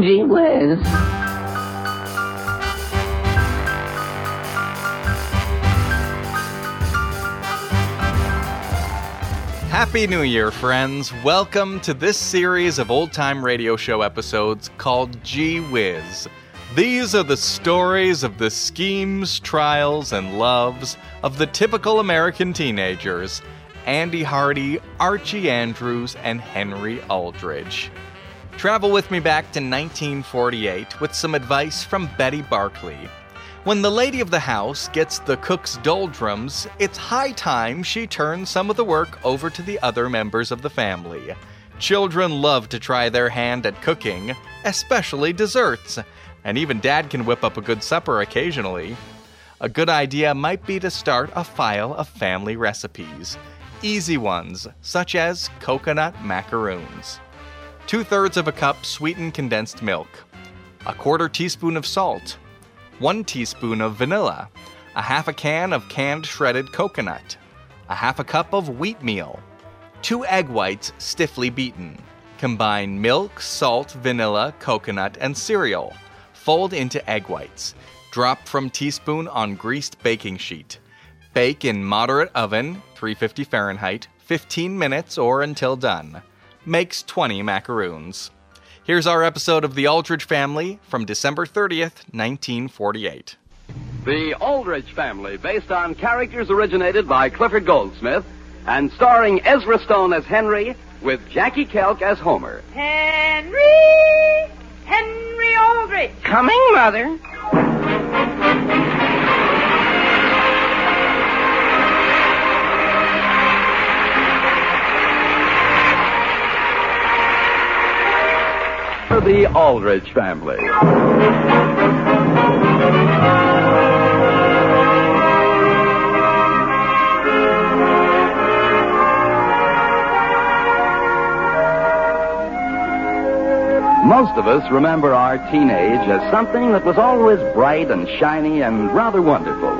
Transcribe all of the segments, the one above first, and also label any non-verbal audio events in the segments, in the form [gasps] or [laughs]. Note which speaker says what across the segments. Speaker 1: Gee whiz.
Speaker 2: Happy New Year, friends. Welcome to this series of old time radio show episodes called Gee Whiz. These are the stories of the schemes, trials, and loves of the typical American teenagers Andy Hardy, Archie Andrews, and Henry Aldridge. Travel with me back to 1948 with some advice from Betty Barkley. When the lady of the house gets the cook's doldrums, it's high time she turns some of the work over to the other members of the family. Children love to try their hand at cooking, especially desserts, and even dad can whip up a good supper occasionally. A good idea might be to start a file of family recipes, easy ones, such as coconut macaroons two thirds of a cup sweetened condensed milk, a quarter teaspoon of salt, one teaspoon of vanilla, a half a can of canned shredded coconut, a half a cup of wheat meal, two egg whites stiffly beaten. Combine milk, salt, vanilla, coconut, and cereal. Fold into egg whites. Drop from teaspoon on greased baking sheet. Bake in moderate oven, 350 Fahrenheit, 15 minutes or until done. Makes 20 macaroons. Here's our episode of The Aldridge Family from December 30th, 1948.
Speaker 3: The Aldrich Family, based on characters originated by Clifford Goldsmith and starring Ezra Stone as Henry with Jackie Kelk as Homer.
Speaker 4: Henry! Henry Aldrich!
Speaker 5: Coming, Mother.
Speaker 3: For the Aldrich Family. Most of us remember our teenage as something that was always bright and shiny and rather wonderful.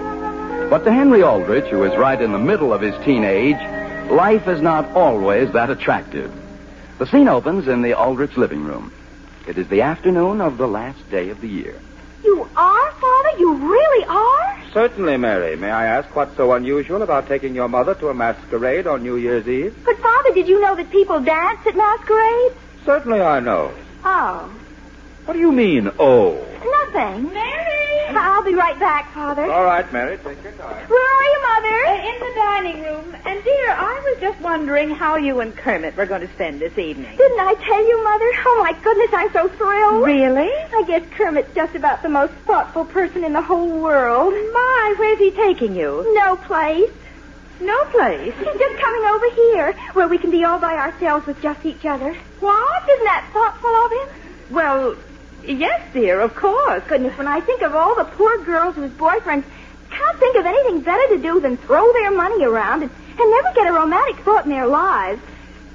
Speaker 3: But to Henry Aldrich, who is right in the middle of his teenage, life is not always that attractive. The scene opens in the Aldrich living room. It is the afternoon of the last day of the year.
Speaker 4: You are, Father? You really are?
Speaker 6: Certainly, Mary. May I ask what's so unusual about taking your mother to a masquerade on New Year's Eve?
Speaker 4: But, Father, did you know that people dance at masquerades?
Speaker 6: Certainly, I know.
Speaker 4: Oh,
Speaker 3: What do you mean, oh?
Speaker 4: nothing. Mary! I'll be right back, Father.
Speaker 6: All right, Mary, take your time.
Speaker 4: Where are you, Mother? Uh, in the dining room. And, dear, I was just wondering how you and Kermit were going to spend this evening.
Speaker 7: Didn't I tell you, Mother? Oh, my goodness, I'm so thrilled.
Speaker 4: Really?
Speaker 7: I guess Kermit's just about the most thoughtful person in the whole world.
Speaker 4: My, where's he taking you?
Speaker 7: No place.
Speaker 4: No place.
Speaker 7: He's just coming over here, where we can be all by ourselves with just each other.
Speaker 4: What?
Speaker 7: Isn't that thoughtful of him?
Speaker 4: Well, yes, dear, of course.
Speaker 7: Goodness, when I think of all the poor girls whose boyfriends can't think of anything better to do than throw their money around and, and never get a romantic thought in their lives.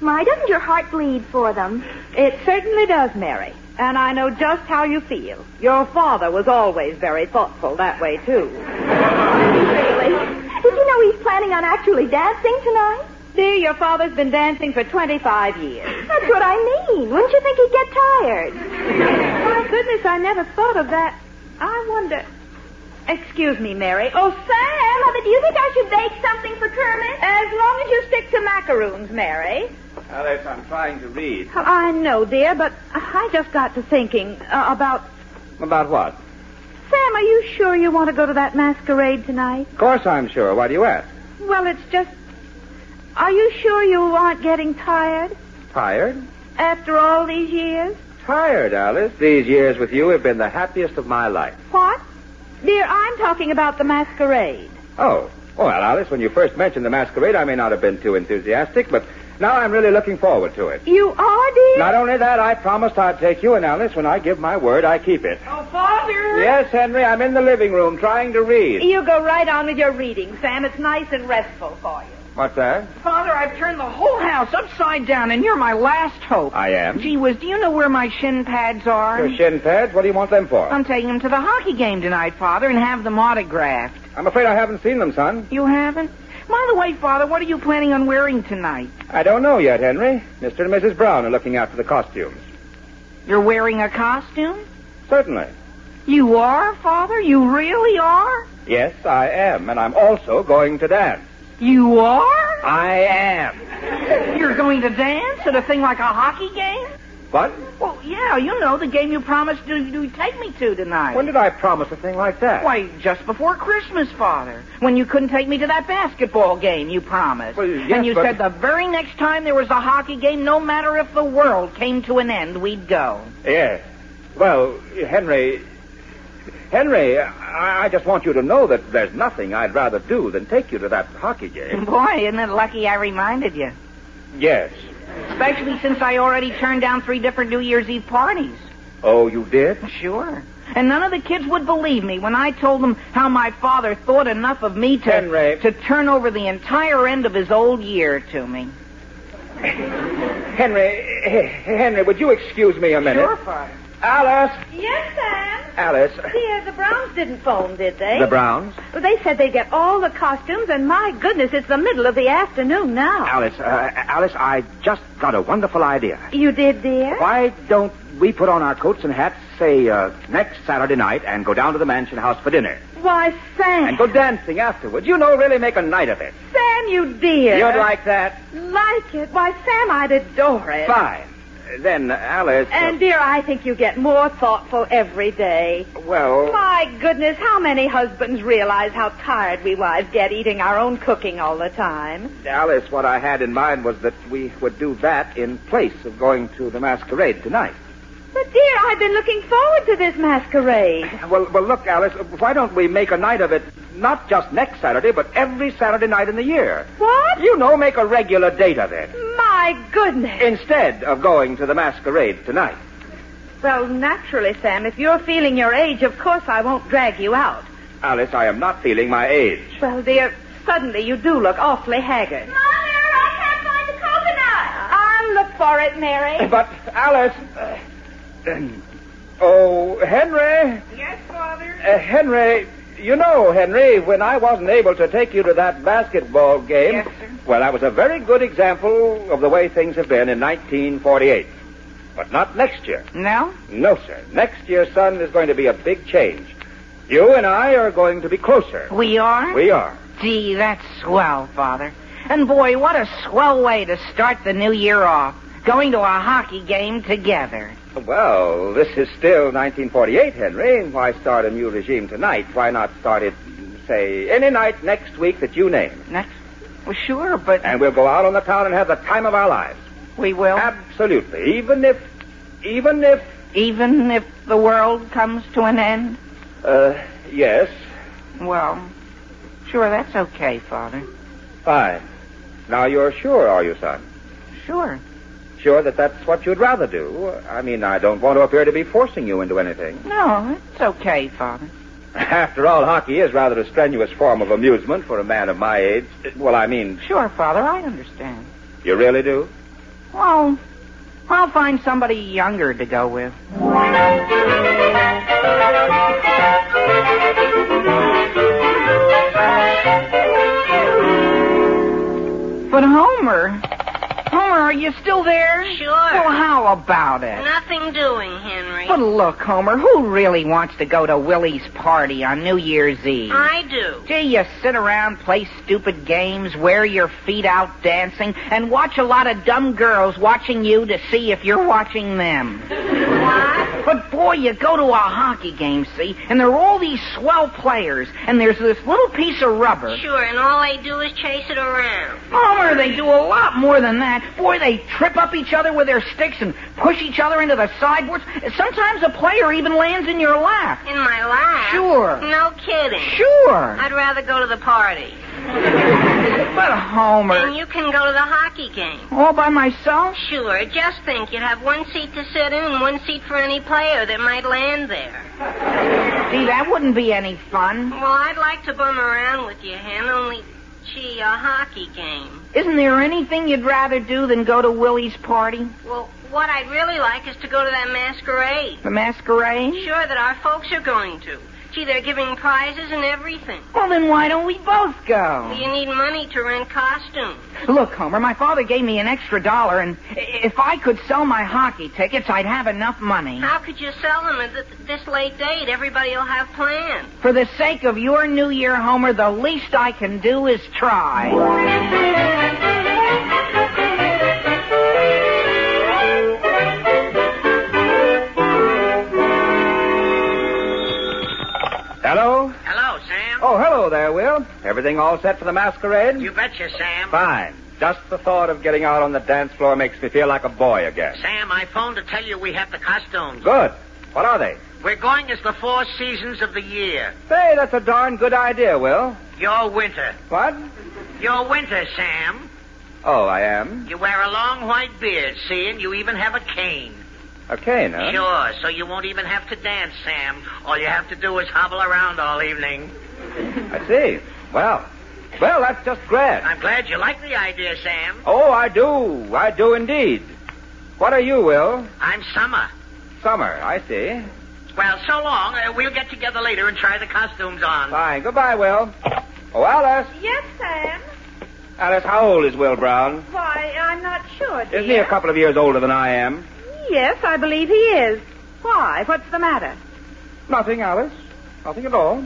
Speaker 7: My, doesn't your heart bleed for them?
Speaker 4: It certainly does, Mary. And I know just how you feel. Your father was always very thoughtful that way, too.
Speaker 7: Really? Did you know he's planning on actually dancing tonight?
Speaker 4: Dear, your father's been dancing for 25 years.
Speaker 7: That's what I mean. Wouldn't you think he'd get tired?
Speaker 4: My goodness, I never thought of that. I wonder. Excuse me, Mary. Oh, Sam! Mother, do you think I should bake something for Kermit? As long as you stick to macaroons, Mary.
Speaker 6: Alex, I'm trying to read.
Speaker 4: Oh, I know, dear, but I just got to thinking uh, about.
Speaker 6: About what?
Speaker 4: Sam, are you sure you want to go to that masquerade tonight?
Speaker 6: Of course I'm sure. Why do you ask?
Speaker 4: Well, it's just. Are you sure you aren't getting tired
Speaker 6: Tired?
Speaker 4: after all these years?
Speaker 6: Tired, Alice. These years with you have been the happiest of my life.
Speaker 4: What? Dear, I'm talking about the masquerade.
Speaker 6: Oh. Well, Alice, when you first mentioned the masquerade, I may not have been too enthusiastic, but now I'm really looking forward to it.
Speaker 4: You are, dear?
Speaker 6: Not only that, I promised I'd take you and Alice. When I give my word, I keep it.
Speaker 4: Oh, Father!
Speaker 6: Yes, Henry, I'm in the living room trying to read.
Speaker 4: You go right on with your reading, Sam. It's nice and restful for
Speaker 6: [laughs]
Speaker 4: you.
Speaker 6: What's that?
Speaker 8: Father, I've turned the whole house upside down, and you're my last hope.
Speaker 6: I am.
Speaker 8: Oh, Gee whiz, do you know where my shin pads are?
Speaker 6: Your shin pads? What do you want them for?
Speaker 8: I'm taking them to the hockey game tonight, Father, and have them autographed.
Speaker 6: I'm afraid I haven't seen them, son.
Speaker 8: You haven't? By the way, Father, what are you planning on wearing tonight?
Speaker 6: I don't know yet, Henry. Mr. and Mrs. Brown are looking after the costumes.
Speaker 8: You're wearing a costume?
Speaker 6: Certainly.
Speaker 8: You are, Father? You really are?
Speaker 6: Yes, I am, and I'm also going to dance.
Speaker 8: You are?
Speaker 6: I am.
Speaker 8: You're going to dance at a thing like a hockey game?
Speaker 6: What?
Speaker 8: Well, yeah, you know, the game you promised to, to take me to tonight.
Speaker 6: When did I promise a thing like that?
Speaker 8: Why, just before Christmas, Father, when you couldn't take me to that basketball game you promised.
Speaker 6: Well, yes,
Speaker 8: and you
Speaker 6: but-
Speaker 8: said the very next time there was a hockey game, no matter if the world came to an end, we'd go.
Speaker 6: Yes. Well, Henry. Henry, I, I just want you to know that there's nothing I'd rather do than take you to that hockey game.
Speaker 8: Boy, isn't it lucky I reminded you.
Speaker 6: yes.
Speaker 8: Especially since I already turned down three different New Year's Eve parties.
Speaker 6: Oh, you did?
Speaker 8: Sure. And none of the kids would believe me when I told them how my father thought enough of me to
Speaker 6: Henry.
Speaker 8: to turn over the entire end of his old year to me.
Speaker 6: Henry, H- Henry, would you excuse me a minute?
Speaker 8: Father.
Speaker 6: Alice,
Speaker 4: Yes, Sam.
Speaker 6: Alice. uh,
Speaker 4: Dear, the Browns didn't phone, did they?
Speaker 6: The Browns?
Speaker 4: Well, they said they'd get all the costumes, and my goodness, it's the middle of the afternoon now.
Speaker 6: Alice, uh, Alice, I just got a wonderful idea.
Speaker 4: You did, dear?
Speaker 6: Why don't we put on our coats and hats, say, uh, next Saturday night and go down to the mansion house for dinner?
Speaker 4: Why, Sam.
Speaker 6: And go dancing afterwards. You know, really make a night of it.
Speaker 4: Sam, you dear.
Speaker 6: You'd like that?
Speaker 4: Like it? Why, Sam, I'd adore it.
Speaker 6: Fine. Then, Alice. uh,
Speaker 4: And, dear, I think you get more thoughtful every day.
Speaker 6: uh, well.
Speaker 4: My goodness, how many husbands realize how tired we wives get eating our own cooking all the time?
Speaker 6: Alice, what I had in mind was that we would do that in place of going to the masquerade tonight.
Speaker 4: But, dear, I've been looking forward to this masquerade.
Speaker 6: Well, well, look, Alice, why don't we make a night of it not just next Saturday, but every Saturday night in the year?
Speaker 4: What?
Speaker 6: You know, make a regular date of it.
Speaker 4: My goodness.
Speaker 6: Instead of going to the masquerade tonight.
Speaker 4: Well, naturally, Sam, if you're feeling your age, of course I won't drag you out.
Speaker 6: Alice, I am not feeling my age.
Speaker 4: Well, dear, suddenly you do look awfully haggard.
Speaker 7: Mother, I can't find the coconut.
Speaker 4: I'll look for it, Mary.
Speaker 6: [laughs] But, Alice. [clears throat] uh, oh, Henry.
Speaker 8: Yes, Father.
Speaker 6: Uh, Henry, you know, Henry, when I wasn't able to take you to that basketball game,
Speaker 8: Yes, sir.
Speaker 6: well, that was a very good example of the way things have been in 1948. But not next year.
Speaker 8: No?
Speaker 6: No, sir. Next year, son, is going to be a big change. You and I are going to be closer.
Speaker 8: We are?
Speaker 6: We are.
Speaker 8: Gee, that's swell, Father. And boy, what a swell way to start the new year off. Going to a hockey game together.
Speaker 6: Well, this is still 1948, Henry. Why start a new regime tonight? Why not start it, say, any night next week that you name?
Speaker 8: Next. Well, sure, but
Speaker 6: And we'll go out on the town and have the time of our lives.
Speaker 8: we will.
Speaker 6: Absolutely. Even if, even if,
Speaker 8: even if the world comes to an end?
Speaker 6: uh, yes,
Speaker 8: Well, sure, that's okay, Father.
Speaker 6: fine. Now you're sure, are you, son?
Speaker 8: Sure.
Speaker 6: Sure that that's what you'd rather do? I mean, I don't want to appear to be forcing you into anything. [laughs]
Speaker 8: No, it's okay, Father.
Speaker 6: After all, hockey is rather a strenuous form of amusement for a man of my age. Well, I mean,
Speaker 8: Sure, Father, I understand.
Speaker 6: you really do?
Speaker 8: Well, I'll find somebody younger to go with. But Homer, Homer, are you still there?
Speaker 1: Sure.
Speaker 8: Well, how about it?
Speaker 1: Nothing doing, Henry.
Speaker 8: But look, Homer, who really wants to go to Willie's party on New Year's Eve?
Speaker 1: I do.
Speaker 8: Gee, you sit around, play stupid games, wear your feet out dancing, and watch a lot of dumb girls watching you to see if you're watching them.
Speaker 1: What?
Speaker 8: But boy, you go to a hockey game, see, and there are all these swell players, and there's this little piece of rubber.
Speaker 1: Sure, and all they do is chase it around.
Speaker 8: Homer, they do a lot more than that. Boy, they trip up each other with their sticks and push each other into the sideboards. Sometimes a player even lands in your lap.
Speaker 1: In my life.
Speaker 8: Sure.
Speaker 1: No kidding.
Speaker 8: Sure.
Speaker 1: I'd rather go to the party.
Speaker 8: But
Speaker 1: And
Speaker 8: Homer,
Speaker 1: you can go to the hockey game.
Speaker 8: all by myself?
Speaker 1: Sure, just think you'd have one seat to sit in and one seat for any player that might land there.
Speaker 8: Gee, that wouldn't be any fun.
Speaker 1: Well, I'd like to bum around with you, Hen, only, gee, a hockey game.
Speaker 8: Isn't there anything you'd rather do than go to Willie's party?
Speaker 1: Well, what I'd really like is to go to that masquerade.
Speaker 8: The masquerade?
Speaker 1: Sure that our folks are going to.
Speaker 9: Richie. They're giving prizes and everything.
Speaker 8: Well, then why don't we both go?
Speaker 9: You need money to rent costumes.
Speaker 8: Look, Homer, my father gave me an extra dollar, and i- if I could sell my hockey tickets, I'd have enough money.
Speaker 9: How could you sell them at th- this late date? Everybody will have plans.
Speaker 8: For the sake of your New Year, Homer, the least I can do is try.
Speaker 6: Hello?
Speaker 10: Hello, Sam.
Speaker 6: Oh, hello there, Will. Everything all set for the masquerade?
Speaker 10: You betcha, Sam.
Speaker 6: Fine. Just the thought of getting out on the dance floor makes me feel like a boy again.
Speaker 10: Sam, I phoned to tell you we have the costumes.
Speaker 6: Good. What are they?
Speaker 10: We're going as the four seasons of the year.
Speaker 6: Say, that's a darn good idea, Will.
Speaker 10: Your winter.
Speaker 6: What?
Speaker 10: Your winter, Sam.
Speaker 6: Oh, I am.
Speaker 10: You wear a long white beard, see, and you even have a cane.
Speaker 6: A cane, huh?
Speaker 10: Sure, so you won't even have to dance, Sam. All you have to do is hobble around all evening.
Speaker 6: I see. Well, well, that's just grand.
Speaker 10: I'm glad you like the idea, Sam.
Speaker 6: Oh, I do. I do indeed. What are you, Will?
Speaker 10: I'm Summer.
Speaker 6: Summer, I see.
Speaker 10: Well, so long. Uh, we'll get together later and try the costumes on.
Speaker 6: Fine. Goodbye, Will. Oh, Alice.
Speaker 4: Yes, Sam.
Speaker 6: Alice, how old is Will Brown?
Speaker 4: Why, I'm not sure, dear.
Speaker 6: Isn't he a couple of years older than I am?
Speaker 4: Yes, I believe he is. Why? What's the matter?
Speaker 6: Nothing, Alice. Nothing at all.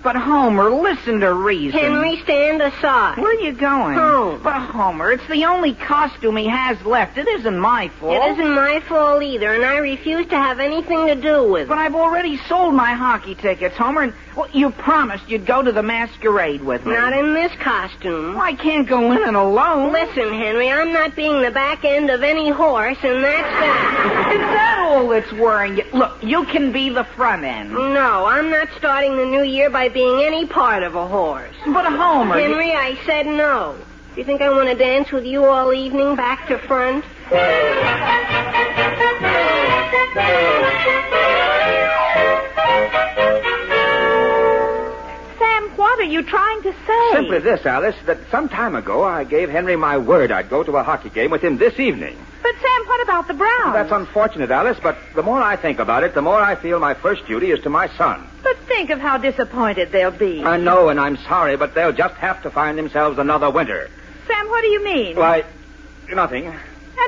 Speaker 8: But, Homer, listen to reason.
Speaker 9: Henry, stand aside.
Speaker 8: Where are you going?
Speaker 9: Home.
Speaker 8: But, Homer, it's the only costume he has left. It isn't my fault.
Speaker 9: It isn't my fault either, and I refuse to have anything to do with it.
Speaker 8: But I've already sold my hockey tickets, Homer, and well, you promised you'd go to the masquerade with me.
Speaker 9: Not in this costume.
Speaker 8: Well, I can't go in it alone.
Speaker 9: Listen, Henry, I'm not being the back end of any horse, and that's that.
Speaker 8: Is that all that's worrying you? Look, you can be the front end.
Speaker 9: No, I'm not starting the new year by being any part of a horse.
Speaker 8: But Homer, you-
Speaker 9: Henry, I said no. Do you think I want to dance with you all evening, back to front?
Speaker 4: Sam, what are you trying to say?
Speaker 6: Simply this, Alice, that some time ago I gave Henry my word I'd go to a hockey game with him this evening.
Speaker 4: But, Sam, what about the Browns?
Speaker 6: That's unfortunate, Alice, but the more I think about it, the more I feel my first duty is to my son.
Speaker 4: But think of how disappointed they'll be.
Speaker 6: I know, and I'm sorry, but they'll just have to find themselves another winter.
Speaker 4: Sam, what do you mean?
Speaker 6: Why, nothing.
Speaker 4: And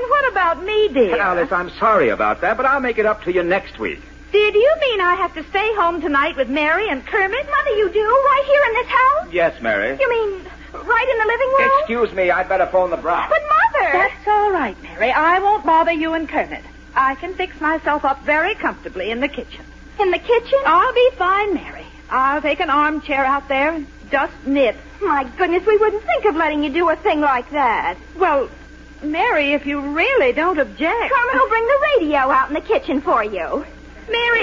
Speaker 4: what about me, dear?
Speaker 6: Alice, I'm sorry about that, but I'll make it up to you next week.
Speaker 4: Dear, do you mean I have to stay home tonight with Mary and Kermit? Mother, you do? Right here in this house?
Speaker 6: Yes, Mary.
Speaker 4: You mean right in the living room?
Speaker 6: Excuse me, I'd better phone the Bronx.
Speaker 4: But, Mother! That's all right, Mary. I won't bother you and Kermit. I can fix myself up very comfortably in the kitchen.
Speaker 11: In the kitchen?
Speaker 4: I'll be fine, Mary. I'll take an armchair out there and just knit.
Speaker 11: My goodness, we wouldn't think of letting you do a thing like that.
Speaker 4: Well, Mary, if you really don't object.
Speaker 11: Carmen will bring the radio out in the kitchen for you.
Speaker 4: Mary,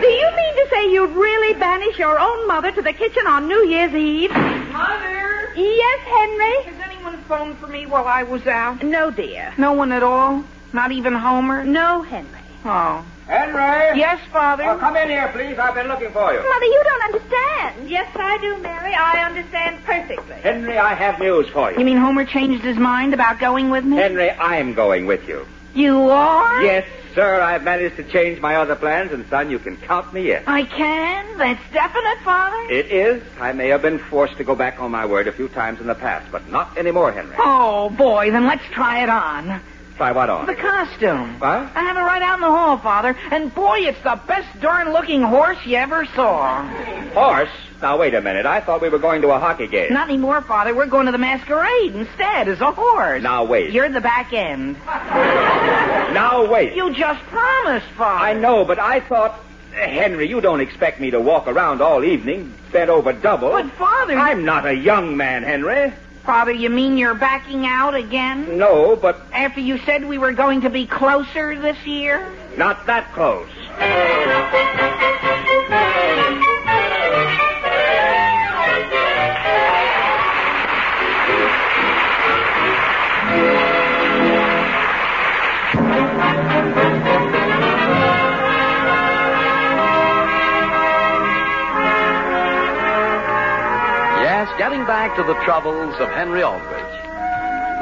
Speaker 4: do you mean to say you'd really banish your own mother to the kitchen on New Year's Eve?
Speaker 8: Mother,
Speaker 4: Yes, Henry?
Speaker 8: has anyone phoned for me while I was out?
Speaker 4: No, dear.
Speaker 8: No one at all. Not even Homer.
Speaker 4: No, Henry.
Speaker 8: Oh.
Speaker 6: Henry!
Speaker 8: Yes, Father.
Speaker 6: Oh, come in here, please. I've been looking for you.
Speaker 11: Mother, you don't understand.
Speaker 4: Yes, I do, Mary. I understand perfectly.
Speaker 6: Henry, I have news for
Speaker 8: You
Speaker 6: you.
Speaker 8: mean Homer changed his mind about going with me?
Speaker 6: Henry, I'm going with you.
Speaker 8: You are?
Speaker 6: Yes, sir, I've managed to change my other plans, and, son, you can count me in.
Speaker 8: I can. That's definite, Father.
Speaker 6: It is. I may have been forced to go back on my word a few times in the past, but not anymore, Henry.
Speaker 8: Oh, boy, then let's try it on.
Speaker 6: Try what on?
Speaker 8: The costume.
Speaker 6: What?
Speaker 8: I have it right out in the hall, Father. And boy, it's the best darn looking horse you ever saw.
Speaker 6: Horse? Now, wait a minute. I thought we were going to a hockey game.
Speaker 8: Not anymore, Father. We're going to the masquerade instead as a horse.
Speaker 6: Now, wait.
Speaker 8: You're the back end.
Speaker 6: Now, wait.
Speaker 8: You just promised, Father.
Speaker 6: I know, but I thought... Henry, you don't expect me to walk around all evening, bent over double.
Speaker 8: But, Father.
Speaker 6: I'm not a young man, Henry.
Speaker 8: Father, you mean you're backing out again?
Speaker 6: No, but
Speaker 8: After you said we were going to be closer this year?
Speaker 6: not that close.
Speaker 3: Yes, getting back to the troubles of Henry Aldrich.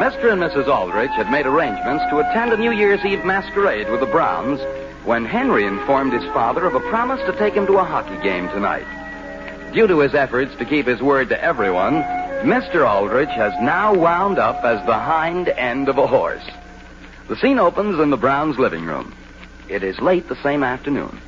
Speaker 3: Mr. and Mrs. Aldrich had made arrangements to attend a New Year's Eve masquerade with the Browns when Henry informed his father of a promise to take him to a hockey game tonight. Due to his efforts to keep his word to everyone, Mr. Aldrich has now wound up as the hind end of a horse. The scene opens in the Browns' living room. It is late the same afternoon.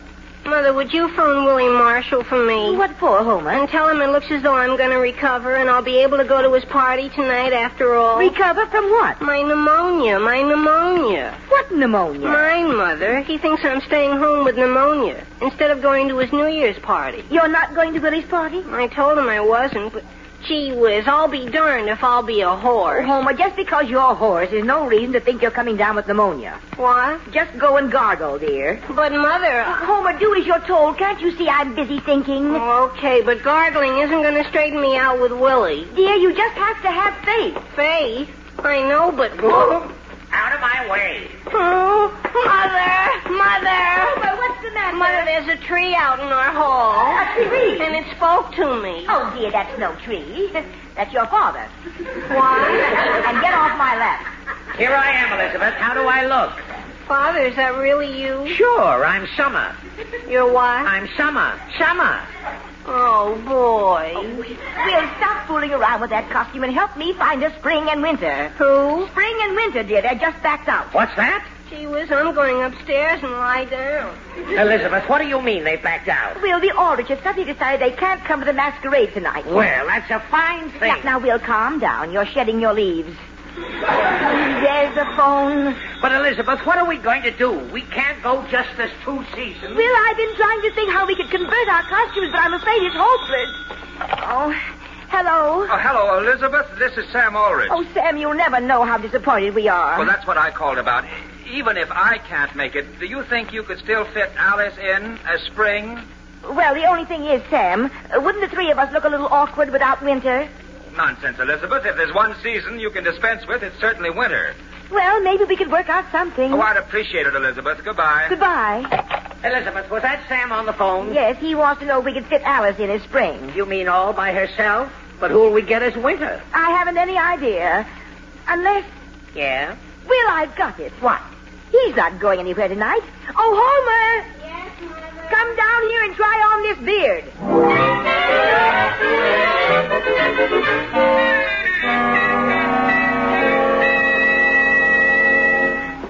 Speaker 9: Mother, would you phone Willie Marshall for me?
Speaker 4: What for, Homer?
Speaker 9: And tell him it looks as though I'm going to recover and I'll be able to go to his party tonight after all.
Speaker 4: Recover from what?
Speaker 9: my pneumonia, my pneumonia.
Speaker 4: What pneumonia?
Speaker 9: Mine, Mother. He thinks I'm staying home with pneumonia instead of going to his New Year's party.
Speaker 4: You're not going to Willie's party?
Speaker 9: I told him I wasn't, but gee whiz, I'll be darned if I'll be a
Speaker 4: Oh,
Speaker 9: whore.
Speaker 4: Homer, just because you're a horse is no reason to think you're coming down with pneumonia.
Speaker 9: What?
Speaker 4: Just go and gargle, dear.
Speaker 9: But, Mother. I-
Speaker 4: Homer, do as you're told. Can't you see I'm busy thinking?
Speaker 9: Oh, okay, but gargling isn't going to straighten me out with Willie.
Speaker 4: Dear, you just have to have faith.
Speaker 9: Faith? I know, but. [laughs]
Speaker 12: Out of my way.
Speaker 9: Oh, mother, mother.
Speaker 4: Homer, Oh, what's the matter?
Speaker 9: Mother, there's a tree out in our hall.
Speaker 4: A tree?
Speaker 9: And it spoke to me.
Speaker 4: Oh, dear, that's no tree. [laughs] That's your father.
Speaker 9: Why?
Speaker 4: [laughs] and get off my lap.
Speaker 12: Here I am, Elizabeth. How do I look?
Speaker 9: Father, is that really you?
Speaker 12: Sure, I'm Summer.
Speaker 9: Your wife?
Speaker 12: I'm Summer. Summer.
Speaker 9: Oh, boy.
Speaker 4: Will, stop fooling around with that costume and help me find a spring and winter.
Speaker 9: Who?
Speaker 4: Spring and winter, dear. They're just backed out.
Speaker 12: What's that?
Speaker 9: Gee whiz, I'm going upstairs and lie down.
Speaker 12: Elizabeth, what do you mean they backed out?
Speaker 4: Will, the Aldrich have suddenly decided they can't come to the masquerade tonight.
Speaker 12: Well, that's a fine thing.
Speaker 4: Now, now, Will, calm down. You're shedding your leaves. There's the phone.
Speaker 12: But, Elizabeth, what are we going to do? We can't go just this two seasons.
Speaker 4: Will, I've been trying to think how we could convert our costumes, but I'm afraid it's hopeless. Oh, hello.
Speaker 6: Oh, hello, Elizabeth. This is Sam Ulrich.
Speaker 4: Oh, Sam, you'll never know how disappointed we are.
Speaker 6: Well, that's what I called about. Even if I can't make it, do you think you could still fit Alice in as spring?
Speaker 4: Well, the only thing is, Sam, uh, wouldn't the three of us look a little awkward without winter?
Speaker 6: Nonsense, Elizabeth. If there's one season you can dispense with, it's certainly winter.
Speaker 4: Well, maybe we could work out something.
Speaker 6: Oh, I'd appreciate it, Elizabeth. Goodbye.
Speaker 4: Goodbye.
Speaker 12: Elizabeth, was that Sam on the phone?
Speaker 4: Yes, he wants to know if we could fit Alice in as spring.
Speaker 12: You mean all by herself? But who'll we get as winter?
Speaker 4: I haven't any idea. Unless,
Speaker 12: Yeah.
Speaker 4: well, I've got it. What? He's not going anywhere tonight. Oh, Homer! Yes, Mother? Come down here and try on this beard.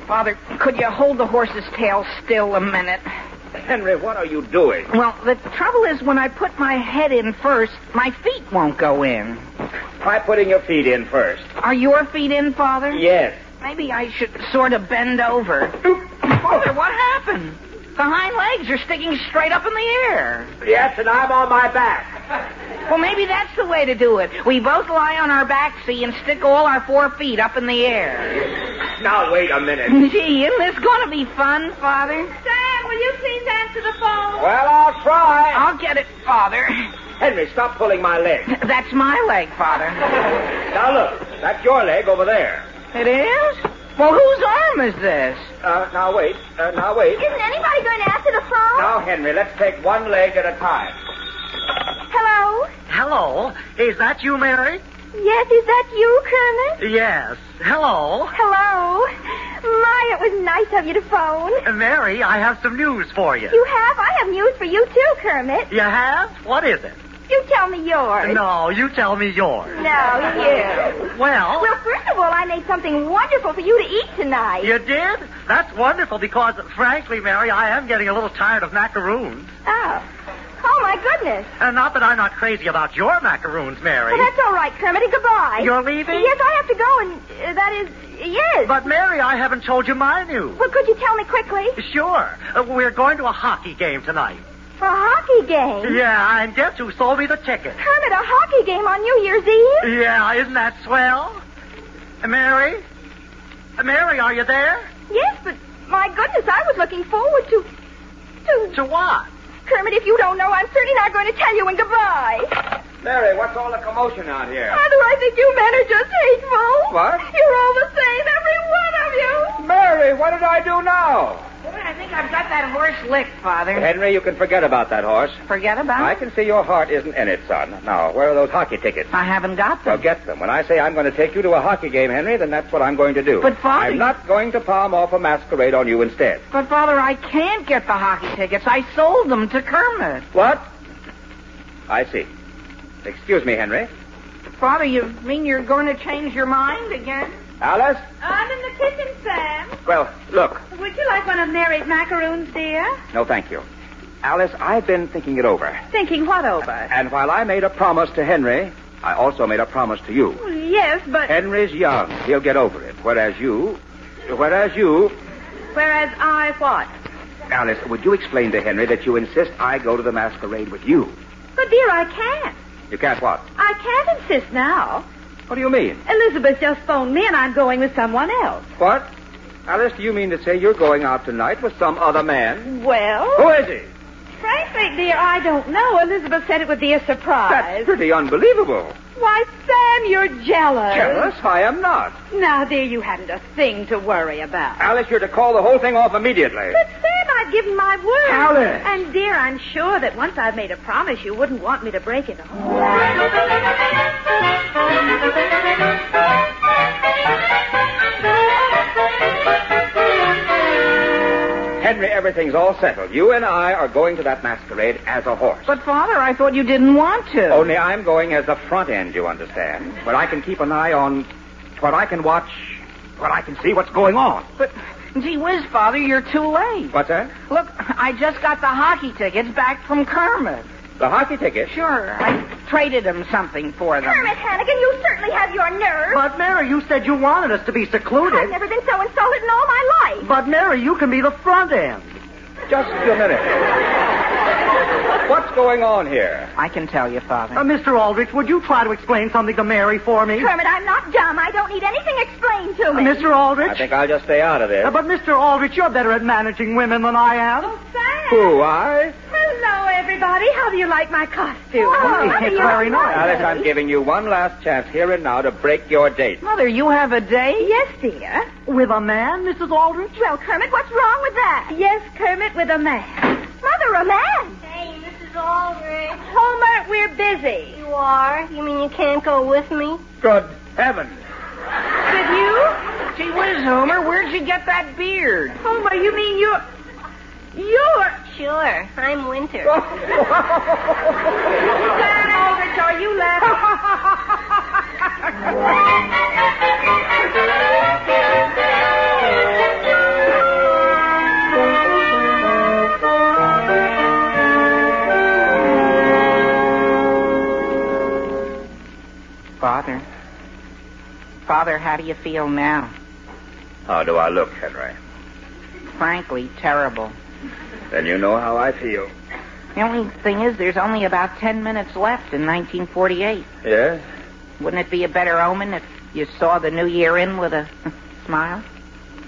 Speaker 8: Father, could you hold the horse's tail still a minute?
Speaker 6: Henry, what are you doing?
Speaker 8: Well, the trouble is when I put my head in first, my feet won't go in.
Speaker 6: Try putting your feet in first.
Speaker 8: Are your feet in, Father?
Speaker 6: Yes.
Speaker 8: Maybe I should sort of bend over. Father, what happened? The hind legs are sticking straight up in the air.
Speaker 12: Yes, and I'm on my back.
Speaker 8: Well, maybe that's the way to do it. We both lie on our backs, see, and stick all our four feet up in the air.
Speaker 6: Now, wait
Speaker 8: [laughs]
Speaker 6: a minute.
Speaker 8: Gee, isn't this going to be fun, Father?
Speaker 13: Sam, will you please answer the phone?
Speaker 6: Well, I'll try.
Speaker 8: I'll get it, Father.
Speaker 6: Henry, stop pulling my leg.
Speaker 8: [laughs] That's my leg, Father.
Speaker 6: [laughs] Now, look. That's your leg over there.
Speaker 8: It is? Well, whose arm is this?
Speaker 6: Uh, now, wait. Uh, now, wait.
Speaker 14: Isn't anybody going to answer the phone?
Speaker 6: Now, Henry, let's take one leg at a time.
Speaker 14: Hello?
Speaker 12: Hello. Is that you, Mary?
Speaker 14: Yes, is that you, Kermit?
Speaker 12: Yes. Hello.
Speaker 14: Hello? My, it was nice of you to phone.
Speaker 12: Mary, I have some news for you.
Speaker 14: You have? I have news for you, too, Kermit.
Speaker 12: You have? What is it?
Speaker 14: You tell me yours.
Speaker 12: No, you tell me yours.
Speaker 14: No, you.
Speaker 12: Well,
Speaker 14: Well, first of all, I made something wonderful for you to eat tonight.
Speaker 12: you did? That's wonderful because, frankly, Mary, I am getting a little tired of macaroons.
Speaker 14: Oh. Oh, my goodness.
Speaker 12: And not that I'm not crazy about your macaroons, Mary.
Speaker 14: Well, that's all right, Kermit, and goodbye.
Speaker 12: You're leaving?
Speaker 14: Yes, I have to go, and uh, that is, yes.
Speaker 12: But, Mary, uh, I haven't told you my news.
Speaker 14: Well, could you tell me quickly?
Speaker 12: Sure. Uh, we're going to a hockey game tonight.
Speaker 14: For a hockey game?
Speaker 12: Yeah, and guess who sold me the ticket?
Speaker 14: Kermit, a hockey game on New Year's Eve?
Speaker 12: Yeah, isn't that swell? Uh, Mary? Uh, Mary, are you there?
Speaker 14: Yes, but my goodness, I was looking forward to. to.
Speaker 12: To what?
Speaker 14: Kermit, if you don't know, I'm certainly not going to tell you, and goodbye.
Speaker 6: Mary, what's all the commotion out here?
Speaker 14: Mother, I think you men are just hateful.
Speaker 6: What?
Speaker 14: You're all the same, every one of you.
Speaker 6: Mary, what did I do now?
Speaker 8: Well, I think I've got that horse licked, Father.
Speaker 6: Henry, you can forget about that horse.
Speaker 8: Forget about
Speaker 6: I
Speaker 8: it.
Speaker 6: can see your heart isn't in it, son. Now, where are those hockey tickets?
Speaker 8: I haven't got
Speaker 6: Well,
Speaker 8: them.
Speaker 6: get them. When I say I'm going to take you to a hockey game, Henry, then that's what I'm going to do.
Speaker 8: But, Father-
Speaker 6: I'm not going to palm off a masquerade on you instead.
Speaker 8: But, Father, I can't get the hockey tickets. I sold them to Kermit.
Speaker 6: What? I see. Excuse me, Henry.
Speaker 8: Father, you mean you're going to change your mind again?
Speaker 6: Alice?
Speaker 4: I'm in the kitchen, Sam.
Speaker 6: Well, look.
Speaker 4: Would you like one of Mary's macaroons, dear?
Speaker 6: No, thank you. Alice, I've been thinking it over.
Speaker 4: Thinking what over?
Speaker 6: And while I made a promise to Henry, I also made a promise to you.
Speaker 4: Yes, but
Speaker 6: Henry's young. He'll get over it. Whereas you. Whereas you.
Speaker 4: whereas I what?
Speaker 6: Alice, would you explain to Henry that you insist I go to the masquerade with you?
Speaker 4: But dear, I can't.
Speaker 6: You can't what?
Speaker 4: I can't insist now.
Speaker 6: What do you mean?
Speaker 4: Elizabeth just phoned me, and I'm going with someone else.
Speaker 6: What? Alice, do you mean to say you're going out tonight with some other man?
Speaker 4: Well,
Speaker 6: Who is he?
Speaker 4: frankly, dear, I don't know. Elizabeth said it would be a surprise.
Speaker 6: That's pretty unbelievable.
Speaker 4: Why, Sam, you're jealous.
Speaker 6: Jealous? I am not.
Speaker 4: Now, dear, you haven't a thing to worry about.
Speaker 6: Alice, you're to call the whole thing off immediately.
Speaker 4: But, Sam, I've given my word.
Speaker 6: Alice!
Speaker 4: And, dear, I'm sure that once I've made a promise, you wouldn't want me to break it off.
Speaker 6: Henry, everything's all settled. You and I are going to that masquerade as a horse.
Speaker 8: But, Father, I thought you didn't want to.
Speaker 6: Only I'm going as the front end, you understand. Where I can keep an eye on what I can watch, what I can see what's going on.
Speaker 8: But, gee whiz, Father, you're too late.
Speaker 6: What's that?
Speaker 8: Look, I just got the hockey tickets back from Kermit.
Speaker 6: The hockey ticket.
Speaker 8: Sure, I traded him something for them.
Speaker 9: Kermit Hannigan, you certainly have your nerve.
Speaker 12: But, Mary, you said you wanted us to be
Speaker 9: I've
Speaker 12: secluded.
Speaker 9: never been so insulted in all my
Speaker 12: [laughs]
Speaker 9: life.
Speaker 12: But, Mary, you can be the front end.
Speaker 6: Just a minute. What's going on here?
Speaker 8: I can tell you, Father.
Speaker 12: Uh, Mr. Aldrich, would you try to explain something to Mary for me?
Speaker 9: Kermit, I'm not dumb. I don't need anything explained to
Speaker 12: Uh,
Speaker 9: me.
Speaker 12: Mr.
Speaker 6: I
Speaker 12: Aldrich?
Speaker 6: think I'll just stay out of this.
Speaker 12: Uh, but, Mr. Aldrich, you're better at managing women than I am.
Speaker 4: Sam!
Speaker 6: Who, I?
Speaker 4: Hello, everybody. How do you like my costume?
Speaker 12: it's Oh, very nice.
Speaker 6: Alice, I'm giving you one last chance here and now to break your date.
Speaker 8: Mother, you have a day?
Speaker 4: Yes, dear.
Speaker 12: With a man, Mrs. Aldrich?
Speaker 9: Well, Kermit, what's wrong with that?
Speaker 4: Yes, Kermit with a man.
Speaker 9: Mother, a man.
Speaker 7: Hey, Mrs. Aldrich.
Speaker 4: Homer, we're busy.
Speaker 1: You are? You mean you can't go with me?
Speaker 6: Good heavens.
Speaker 4: With you?
Speaker 8: Gee whiz, Homer, where'd you get that beard?
Speaker 4: Homer, you mean you're. You're.
Speaker 1: Sure. I'm Winter.
Speaker 9: Oh. [laughs]
Speaker 4: Sam Aldrich, are you
Speaker 8: [laughs]
Speaker 4: laughing?
Speaker 8: Father. Father, how do you feel now?
Speaker 6: How do I look, Henry?
Speaker 8: Frankly, terrible.
Speaker 6: Then you know how I feel.
Speaker 8: The only thing is, there's only about ten minutes left in 1948.
Speaker 6: Yes?
Speaker 8: Wouldn't it be a better omen if you saw the new year in with a [laughs] smile?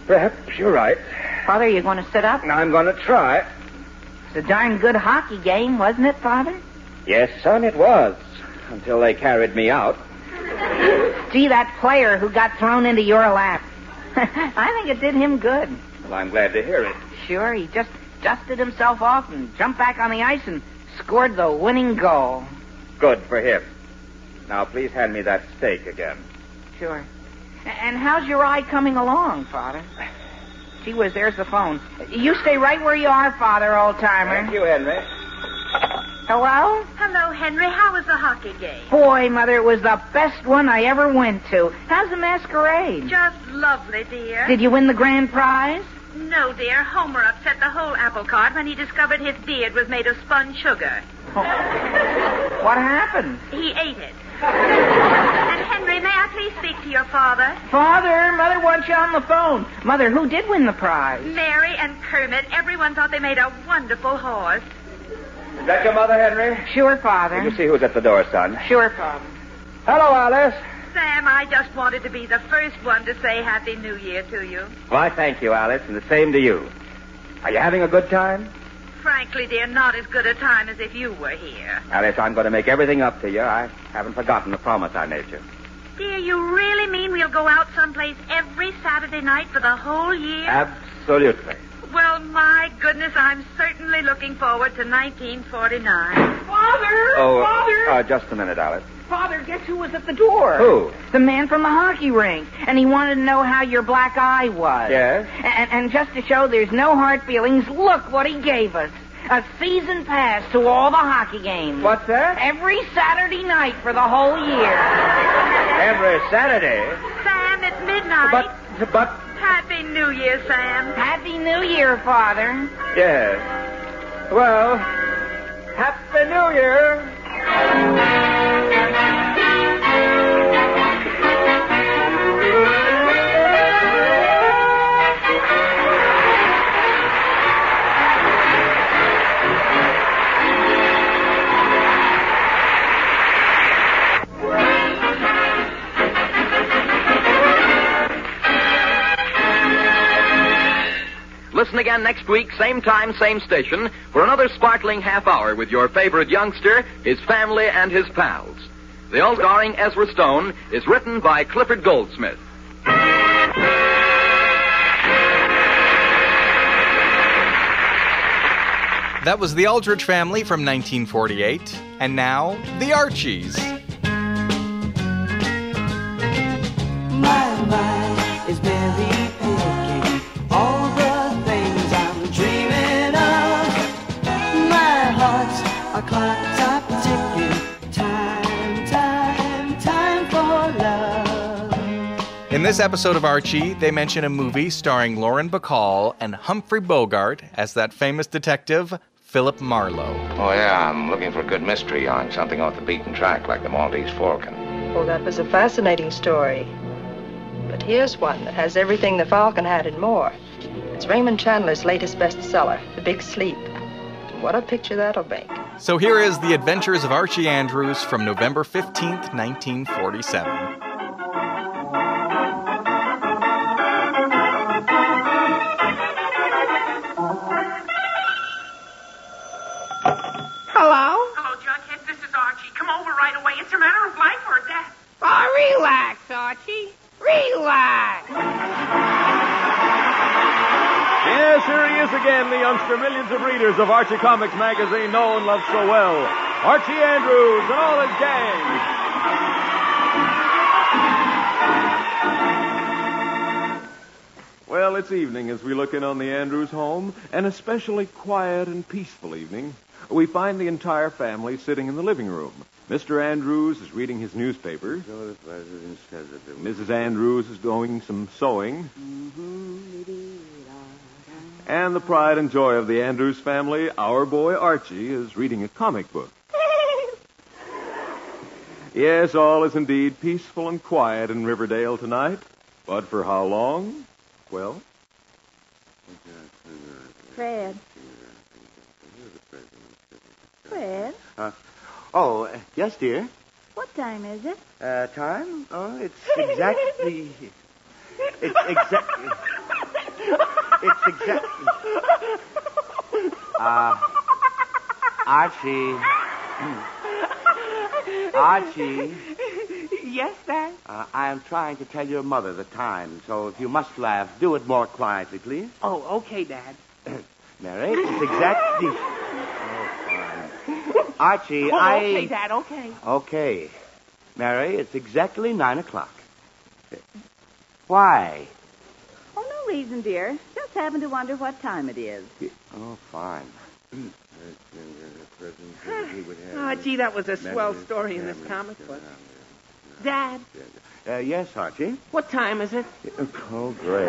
Speaker 6: Perhaps you're right.
Speaker 8: Father, you going to sit up?
Speaker 6: Now I'm going to try.
Speaker 8: It's a darn good hockey game, wasn't it, Father?
Speaker 6: Yes, son, it was. Until they carried me out.
Speaker 8: Gee, that player who got thrown into your lap. [laughs] I think it did him good.
Speaker 6: Well, I'm glad to hear it.
Speaker 8: Sure, he just dusted himself off and jumped back on the ice and scored the winning goal.
Speaker 6: Good for him. Now, please hand me that steak again.
Speaker 8: Sure. A- And how's your eye coming along, Father? Gee whiz, there's the phone. You stay right where you are, Father, old
Speaker 6: Thank
Speaker 8: timer.
Speaker 6: you, Henry.
Speaker 8: Hello?
Speaker 4: Hello, Henry. How was the hockey game?
Speaker 8: Boy, Mother, it was the best one I ever went to. How's the masquerade?
Speaker 4: Just lovely, dear.
Speaker 8: Did you win the grand prize?
Speaker 4: No, dear. Homer upset the whole apple cart when he discovered his beard was made of
Speaker 8: [laughs]
Speaker 4: spun sugar.
Speaker 8: What happened?
Speaker 4: He ate it. and, Henry, may I please speak to your father?
Speaker 8: Father, Mother wants you on the phone. Mother, who did win the prize?
Speaker 4: Mary and Kermit, everyone thought they made a wonderful horse.
Speaker 6: Is that your mother, Henry?
Speaker 8: Sure, Father.
Speaker 6: You see who's at the door, son.
Speaker 8: Sure, Father.
Speaker 6: Hello, Alice.
Speaker 4: Sam, I just wanted to be the first one to say Happy New Year to you.
Speaker 6: Why, thank you, Alice, and the same to you. Are you having a good time?
Speaker 4: Frankly, dear, not as good a time as if you were here.
Speaker 6: Alice, I'm going to make everything up to you. I haven't forgotten the promise I made you.
Speaker 4: Dear, you really mean we'll go out someplace every Saturday night for the whole year?
Speaker 6: Absolutely.
Speaker 4: Well, my goodness, I'm certainly looking forward to 1949.
Speaker 8: Father!
Speaker 6: Oh,
Speaker 8: Father!
Speaker 6: uh, just a minute, Alice.
Speaker 8: Father, guess who was at the door?
Speaker 6: Who?
Speaker 8: The man from the hockey rink. And he wanted to know how your black eye was.
Speaker 6: Yes?
Speaker 8: And, and just to show there's no hard feelings, look what he gave us. A season pass to all the hockey games.
Speaker 6: What's that?
Speaker 8: Every Saturday night for the whole year.
Speaker 6: Every Saturday.
Speaker 4: Sam, it's midnight.
Speaker 6: But, but,
Speaker 4: Happy New Year, Sam.
Speaker 8: Happy New Year, Father.
Speaker 6: yes. Well, Happy New Year.
Speaker 3: Listen again next week, same time, same station, for another sparkling half hour with your favorite youngster, his family, and his pals. The All Starring Ezra Stone is written by Clifford Goldsmith.
Speaker 2: That was The Aldrich Family from 1948, and now The Archies.
Speaker 15: My mind is Mary Picking, all the things I'm dreaming of. My heart's a clock top ticking, time, time, time for love.
Speaker 2: In this episode of Archie, they mention a movie starring Lauren Bacall and Humphrey Bogart as that famous detective, Philip Marlowe.
Speaker 16: Oh, yeah, I'm looking for a good mystery on something off the beaten track like the Maltese Falcon.
Speaker 17: Oh, that was a fascinating story. But here's one that has everything the Falcon had and more. It's Raymond Chandler's latest bestseller, The Big Sleep. What a picture that'll make.
Speaker 2: So here is The Adventures of Archie Andrews from November 15th, 1947.
Speaker 18: Hello?
Speaker 19: Hello, Jughead. This is Archie. Come over right away. It's a matter of life or death.
Speaker 18: Oh, relax, Archie. Relax.
Speaker 20: Yes, here he is again, the youngster millions of readers of Archie Comics magazine know and love so well. Archie Andrews and all his gang. Well, it's evening as we look in on the Andrews home, an especially quiet and peaceful evening. We find the entire family sitting in the living room. Mr. Andrews is reading his newspaper. Mrs. Andrews is doing some sewing.
Speaker 21: Mm-hmm,
Speaker 20: And the pride and joy of the Andrews family, our boy Archie is reading a comic book. yes, all is indeed peaceful and quiet in Riverdale tonight. But for how long? Well,
Speaker 22: Fred. Fred,
Speaker 21: Uh, oh, uh, yes, dear.
Speaker 22: what time is it?
Speaker 21: Uh, time? Oh, it's exactly. It's exactly. It's exactly. Ah.
Speaker 14: Uh, Archie.
Speaker 21: Mm. Ah, Archie,
Speaker 18: Yes, Dad.
Speaker 21: uh, I am trying to tell your mother the time, so if you must laugh, do it more quietly, please.
Speaker 18: Oh, okay, Dad.
Speaker 21: Mary, it's exactly. Oh, fine. Archie,
Speaker 18: oh,
Speaker 21: I.
Speaker 18: okay, Dad. Okay.
Speaker 21: Okay. Mary, it's exactly nine o'clock. Why?
Speaker 23: Oh, no reason, dear. Just happened to wonder what time it is.
Speaker 21: Oh,
Speaker 18: [laughs]
Speaker 21: fine.
Speaker 18: Oh, gee, that was a swell story in this comic book. Dad,
Speaker 21: Uh, yes, Archie.
Speaker 18: what time is it?
Speaker 21: [laughs] Oh, great.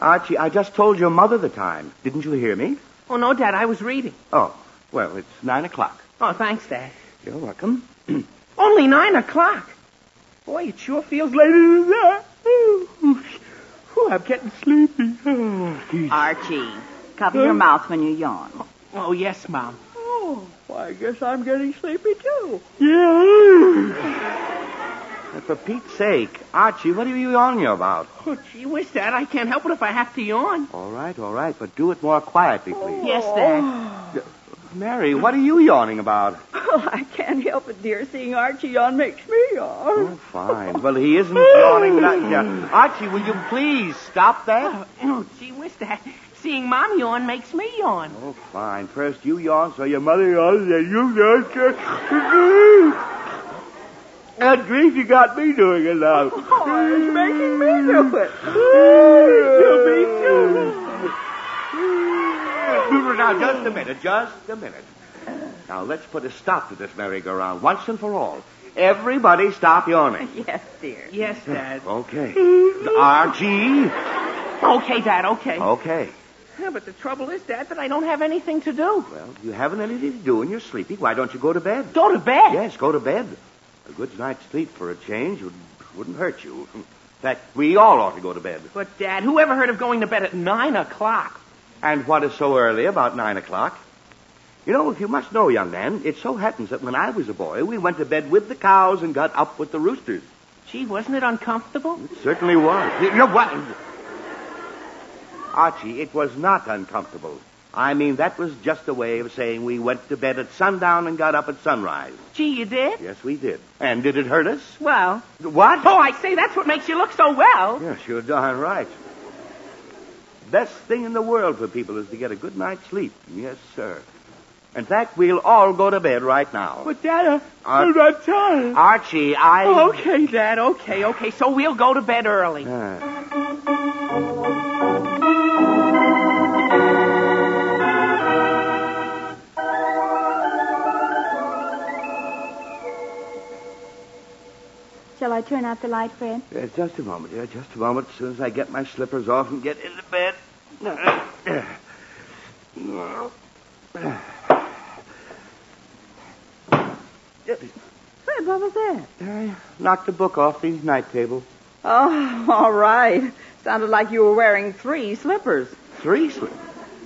Speaker 21: Archie, I just told your mother the time. Didn't you hear me?
Speaker 18: Oh, no, Dad, I was reading.
Speaker 21: Oh, well, it's nine o'clock.
Speaker 18: Oh, thanks, Dad.
Speaker 21: You're welcome.
Speaker 18: Only nine o'clock. Boy, it sure feels later than that. Ooh, I'm getting sleepy.
Speaker 23: Archie, cover your
Speaker 18: Huh?
Speaker 23: mouth when you yawn.
Speaker 18: Oh, yes, Mom.
Speaker 23: Oh.
Speaker 18: Well, I guess I'm getting sleepy, too.
Speaker 21: Uh, For Pete's sake, Archie, what are you yawning about?
Speaker 18: Oh, gee whiz, Dad, I can't help it if I have to yawn.
Speaker 21: All right, all right, but do it more quietly, please.
Speaker 18: Yes, Dad.
Speaker 21: Mary, what are you yawning about?
Speaker 23: Oh, I can't help it, dear. Seeing Archie yawn makes me yawn.
Speaker 21: Fine. Well, he
Speaker 18: [laughs]
Speaker 21: isn't yawning. Not, yeah. Archie, will you please stop that?
Speaker 18: Oh, gee whiz, Dad. Seeing Mom yawn makes me yawn.
Speaker 21: Oh, fine. First you yawn, so your mother yawns, then you yawn. That grief you got me doing it now.
Speaker 15: Oh, it's making me do it.
Speaker 21: Now, just a minute, just a minute. Now, let's put a stop to this merry-go-round once and for all. Everybody stop yawning.
Speaker 18: Yes, dear. Yes, Dad.
Speaker 21: Okay. R.G.
Speaker 18: okay, Dad, okay.
Speaker 21: Okay.
Speaker 18: Yeah, but the trouble is, Dad, that I don't have anything to do.
Speaker 21: Well, you haven't anything to do and you're sleepy. Why don't you go to bed?
Speaker 18: Go to bed?
Speaker 21: Yes, go to bed. A good night's sleep for a change would, wouldn't hurt you. In fact, we all ought to go to bed.
Speaker 18: But, Dad, who ever heard of going to bed at 9 o'clock?
Speaker 21: And what is so early about nine o'clock? You know, if you must know, young man, it so happens that when I was a boy, we went to bed with the cows and got up with the roosters.
Speaker 18: Gee, wasn't it uncomfortable?
Speaker 21: It certainly was. You know what? Archie, it was not uncomfortable. I mean, that was just a way of saying we went to bed at sundown and got up at sunrise.
Speaker 18: Gee, you did?
Speaker 21: Yes, we did. And did it hurt us?
Speaker 18: Well.
Speaker 21: What?
Speaker 18: Oh, I say, that's what makes you look so well.
Speaker 21: Yes, you're darn right. Best thing in the world for people is to get a good night's sleep. Yes, sir. In fact, we'll all go to bed right now.
Speaker 18: But, Dad, uh,
Speaker 21: Ar-
Speaker 18: I'm not tired.
Speaker 21: Archie, I.
Speaker 18: Oh, Okay, Dad, okay, okay. So we'll go to bed early.
Speaker 21: Ah.
Speaker 7: Shall I turn out the light, Fred?
Speaker 21: Uh, just a moment, dear. Just a moment. As soon as I get my slippers off and get into bed.
Speaker 23: Fred, what was that?
Speaker 21: I knocked a book off the night table.
Speaker 23: Oh, all right. Sounded like you were wearing three slippers.
Speaker 21: Three slippers.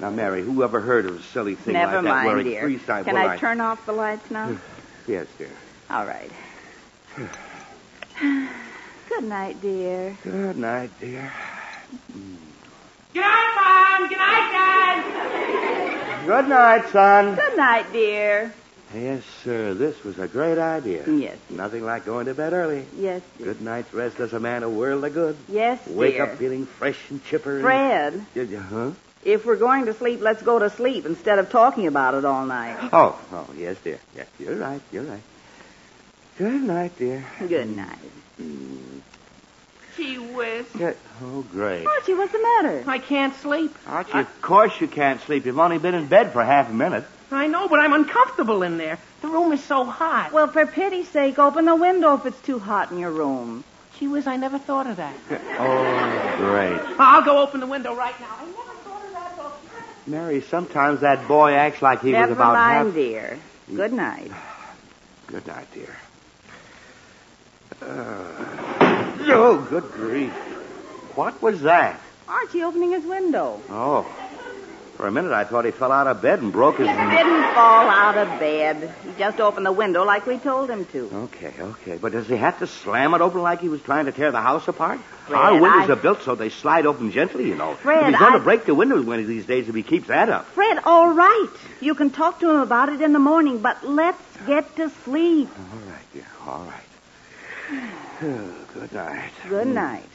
Speaker 21: Now, Mary, who ever heard of a silly thing
Speaker 23: Never
Speaker 21: like that
Speaker 23: mind,
Speaker 21: wearing
Speaker 23: dear.
Speaker 21: three slippers?
Speaker 23: Can I turn off the lights now?
Speaker 21: [sighs] Yes, dear.
Speaker 23: all right. [sighs]
Speaker 7: Good night, dear.
Speaker 21: Good night, dear.
Speaker 24: Good night, Mom. Good night, Dad.
Speaker 21: Good night, son.
Speaker 23: Good night, dear.
Speaker 21: Yes, sir. This was a great idea.
Speaker 23: Yes.
Speaker 21: Nothing like going to bed early.
Speaker 23: Yes,
Speaker 21: Good night's rest does a man a world of good.
Speaker 23: Yes,
Speaker 21: Wake
Speaker 23: dear.
Speaker 21: up feeling fresh and chipper.
Speaker 23: Fred.
Speaker 21: And... Yeah, Huh?
Speaker 23: If we're going to sleep, let's go to sleep instead of talking about it all night.
Speaker 21: [gasps] Oh, oh, yes, dear. Yes, you're right. You're right. Good night, dear.
Speaker 23: Good night.
Speaker 21: Mm.
Speaker 18: Gee whiz.
Speaker 21: Good- Oh, great.
Speaker 23: Archie, what's the matter?
Speaker 18: I can't sleep.
Speaker 21: Archie, of course you can't sleep. You've only been in bed for half a minute.
Speaker 18: I know, but I'm uncomfortable in there. The room is so hot.
Speaker 23: Well, Oh, for pity's sake, open the window if it's too hot in your room.
Speaker 18: Gee whiz, I never thought of that.
Speaker 21: Oh, great.
Speaker 18: I'll go open the window right now. I never-
Speaker 21: Mary, sometimes that boy acts like he
Speaker 23: Never
Speaker 21: was about
Speaker 23: mind,
Speaker 21: half... Hmm.
Speaker 23: dear. Good night.
Speaker 21: Good night, dear. Uh, oh, good grief. What was that?
Speaker 23: Archie opening his window.
Speaker 21: Oh. For a minute, I thought he fell out of bed and broke his...
Speaker 23: Didn't fall out of bed. He just opened the window like we told him to.
Speaker 21: Okay, okay. But does he have to slam it open like he was trying to tear the house apart?
Speaker 23: Fred,
Speaker 21: Our windows
Speaker 23: I-
Speaker 21: are built so they slide open gently, you know.
Speaker 23: Fred,
Speaker 21: He's going
Speaker 23: I-
Speaker 21: to break the windows one of these days if he keeps that up.
Speaker 7: Fred, all right. You can talk to him about it in the morning, but let's get to sleep.
Speaker 21: All right, dear. All right. [sighs] Oh, good night. [sighs]
Speaker 23: Good night.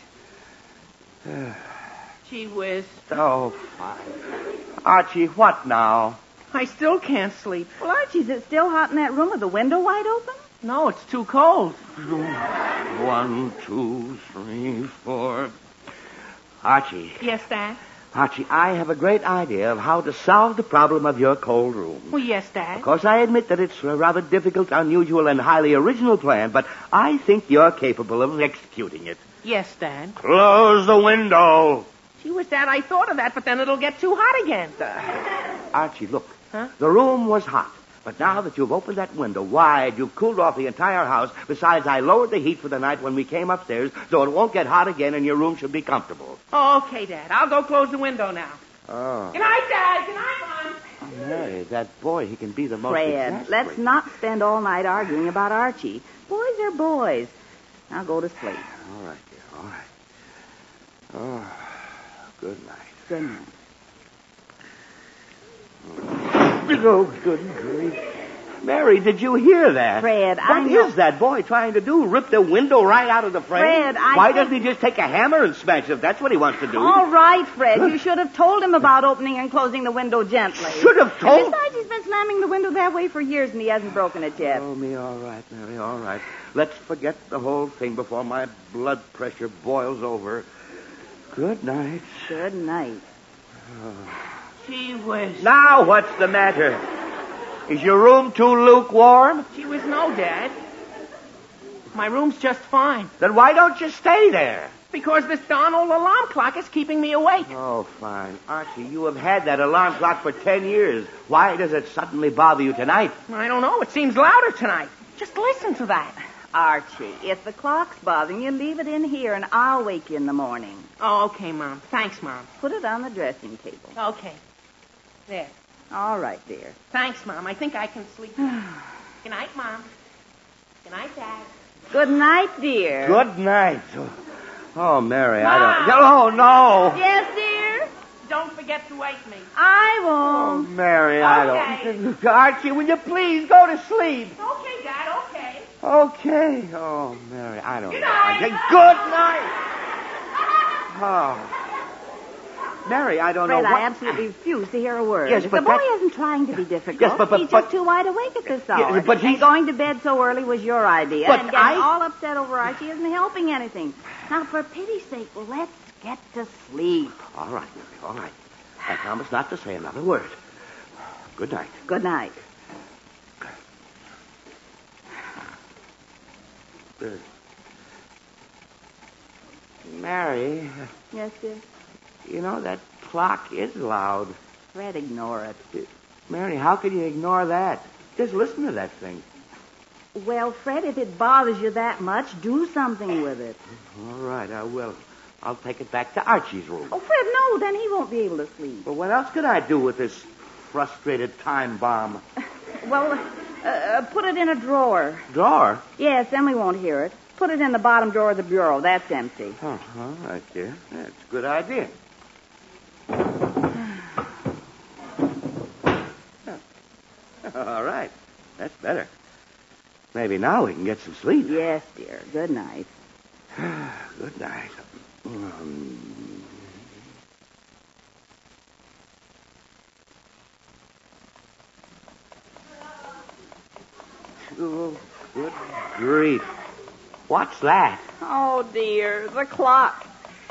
Speaker 18: Gee whiz.
Speaker 21: Oh, fine. Archie, what now? [laughs]
Speaker 18: I still can't sleep.
Speaker 23: Well, Archie, is it still hot in that room with the window wide open?
Speaker 18: No, it's too cold.
Speaker 21: One, two, three, four. Archie,
Speaker 18: Yes, Dad.
Speaker 21: Archie, I have a great idea of how to solve the problem of your cold room.
Speaker 18: Well, Oh, yes,
Speaker 21: Of
Speaker 18: Dad.
Speaker 21: course, I admit that it's a rather difficult, unusual, and highly original plan, but I think you're capable of executing it.
Speaker 18: Yes, Dad.
Speaker 21: Close the window.
Speaker 18: Gee whiz, Dad, I thought of that, but then it'll get too hot again.
Speaker 21: Archie, look.
Speaker 18: Huh?
Speaker 21: The room was hot. But now that you've opened that window wide, you've cooled off the entire house. Besides, I lowered the heat for the night when we came upstairs, so it won't get hot again and your room should be comfortable.
Speaker 18: Oh, okay, Dad. I'll go close the window now.
Speaker 21: Oh.
Speaker 18: Good night, Dad. Good night, Mom.
Speaker 21: Mary, that boy, he can be the most.
Speaker 23: Fred,
Speaker 21: exas-
Speaker 23: let's not spend all night arguing about Archie. Boys are boys. Now go to sleep.
Speaker 21: All right, dear, all right. [sighs] Oh, good night.
Speaker 23: Good night.
Speaker 21: Oh, good grief. Mary, did you hear that?
Speaker 23: Fred,
Speaker 21: What
Speaker 23: I know-
Speaker 21: is that boy trying to do? Rip the window right out of the frame?
Speaker 23: Fred, I
Speaker 21: Why
Speaker 23: think- Oh.
Speaker 21: doesn't he just take a hammer and smash it? That's what he wants to do.
Speaker 23: All right, Fred. You should have told him about opening and closing the window gently.
Speaker 21: Should have told-
Speaker 23: And besides, he's been slamming the window that way for years and he hasn't broken it yet.
Speaker 21: Oh, me, all right, Mary, all right. Let's forget the whole thing before my blood pressure boils over. Good night.
Speaker 23: Good night.
Speaker 18: Gee whiz.
Speaker 21: Now what's the matter? Is your room too lukewarm?
Speaker 18: She was no, Dad. My room's just fine.
Speaker 21: Then why don't you stay there?
Speaker 18: Because this darn old alarm clock is keeping me awake.
Speaker 21: Oh, fine. Archie, you have had that alarm clock for ten years. Why does it suddenly bother you tonight?
Speaker 18: I don't know. It seems louder tonight. Just listen to that.
Speaker 23: Archie, if the clock's bothering you, leave it in here and I'll wake you in the morning.
Speaker 18: Oh, okay, Mom. Thanks, Mom. Oh.
Speaker 23: Put it on the dressing table.
Speaker 18: Okay. There.
Speaker 23: All right, dear.
Speaker 18: Thanks, Mom. I think I can [sighs] sleep. Good night, Mom. Good night, Dad.
Speaker 23: Good night, dear.
Speaker 21: Good night. Oh, Mary, I don't. Oh, no.
Speaker 18: Yes, dear? Don't forget to wake me.
Speaker 23: I won't.
Speaker 21: Oh, Mary, I don't. Archie, will you please go to sleep?
Speaker 18: Okay, Dad, okay.
Speaker 21: Okay. Oh, Mary, I don't.
Speaker 18: Good
Speaker 21: know.
Speaker 18: night.
Speaker 21: Good night. Oh. Mary, I don't
Speaker 23: Fred,
Speaker 21: know what.
Speaker 23: I absolutely refuse to hear a word.
Speaker 21: Yes, but
Speaker 23: the boy
Speaker 21: that-
Speaker 23: isn't trying to be difficult.
Speaker 21: Yes, but- but-
Speaker 23: he's
Speaker 21: but-
Speaker 23: just too wide awake at this
Speaker 21: Yeah,
Speaker 23: hour.
Speaker 21: but
Speaker 23: and
Speaker 21: he's-
Speaker 23: going to bed so early was your idea.
Speaker 21: But
Speaker 23: and getting
Speaker 21: I-
Speaker 23: all upset over Archie isn't helping anything. Now, for pity's sake, let's get to sleep.
Speaker 21: All right, Mary, all right. I promise not to say another word. Good night.
Speaker 23: Good night.
Speaker 21: Good. Mary,
Speaker 23: Yes, dear.
Speaker 21: you know that clock is loud. Uh,
Speaker 23: Fred, ignore it.
Speaker 21: Mary, how can you ignore that? Just listen to that thing.
Speaker 23: Well, Fred, if it bothers you that much, do something with it.
Speaker 21: All right, I will. I'll take it back to Archie's room.
Speaker 23: Oh, Fred, no, then he won't be able to sleep.
Speaker 21: But what else could I do with this frustrated time bomb?
Speaker 23: Well, uh, uh, put it in a drawer.
Speaker 21: Drawer?
Speaker 23: Yes, then we won't hear it. Put it in the bottom drawer of the bureau. That's empty.
Speaker 21: Oh, all right, dear. That's a good idea. [sighs] All right. That's better. Maybe now we can get some sleep.
Speaker 23: Yes, dear.
Speaker 21: [sighs]
Speaker 23: Good night. [sighs]
Speaker 21: Good night. Um, Oh, good grief. What's that?
Speaker 23: Oh, dear. The clock.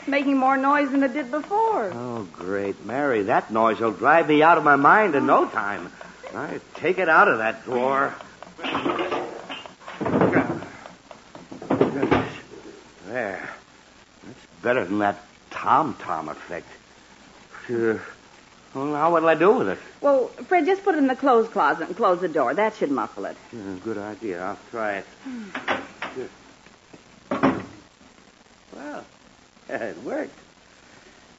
Speaker 23: Making more noise than it did before.
Speaker 21: Oh, great. Mary, that noise will drive me out of my mind in no time. I take it out of that drawer. Goodness. There. That's better than that tom tom effect. Sure. Well, now what'll I do with it?
Speaker 23: Well, Fred, just put it in the clothes closet and close the door. That should muffle it.
Speaker 21: Yeah, Hmm, good idea. I'll try it. Good. Well, it worked.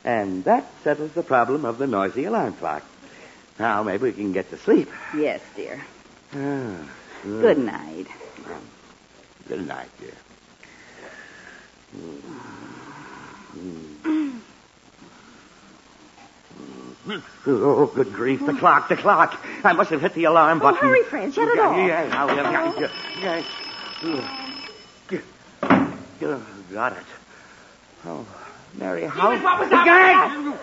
Speaker 21: And that settles the problem of the noisy alarm clock. Now maybe we can get to sleep.
Speaker 23: Yes, dear.
Speaker 21: Ah, sure.
Speaker 23: Good night.
Speaker 21: Good night, dear. Mm. Mm. Mm. Oh, good grief. The clock, the clock. I must have hit the alarm
Speaker 7: Oh,
Speaker 21: button.
Speaker 7: hurry, Fred. Shut it
Speaker 21: Yeah,
Speaker 7: off.
Speaker 21: Yeah, yeah, yeah, yeah, yeah, yeah. Yeah, Got it. Oh, Mary, how...
Speaker 24: Stephen, what was
Speaker 21: Yeah,
Speaker 24: that?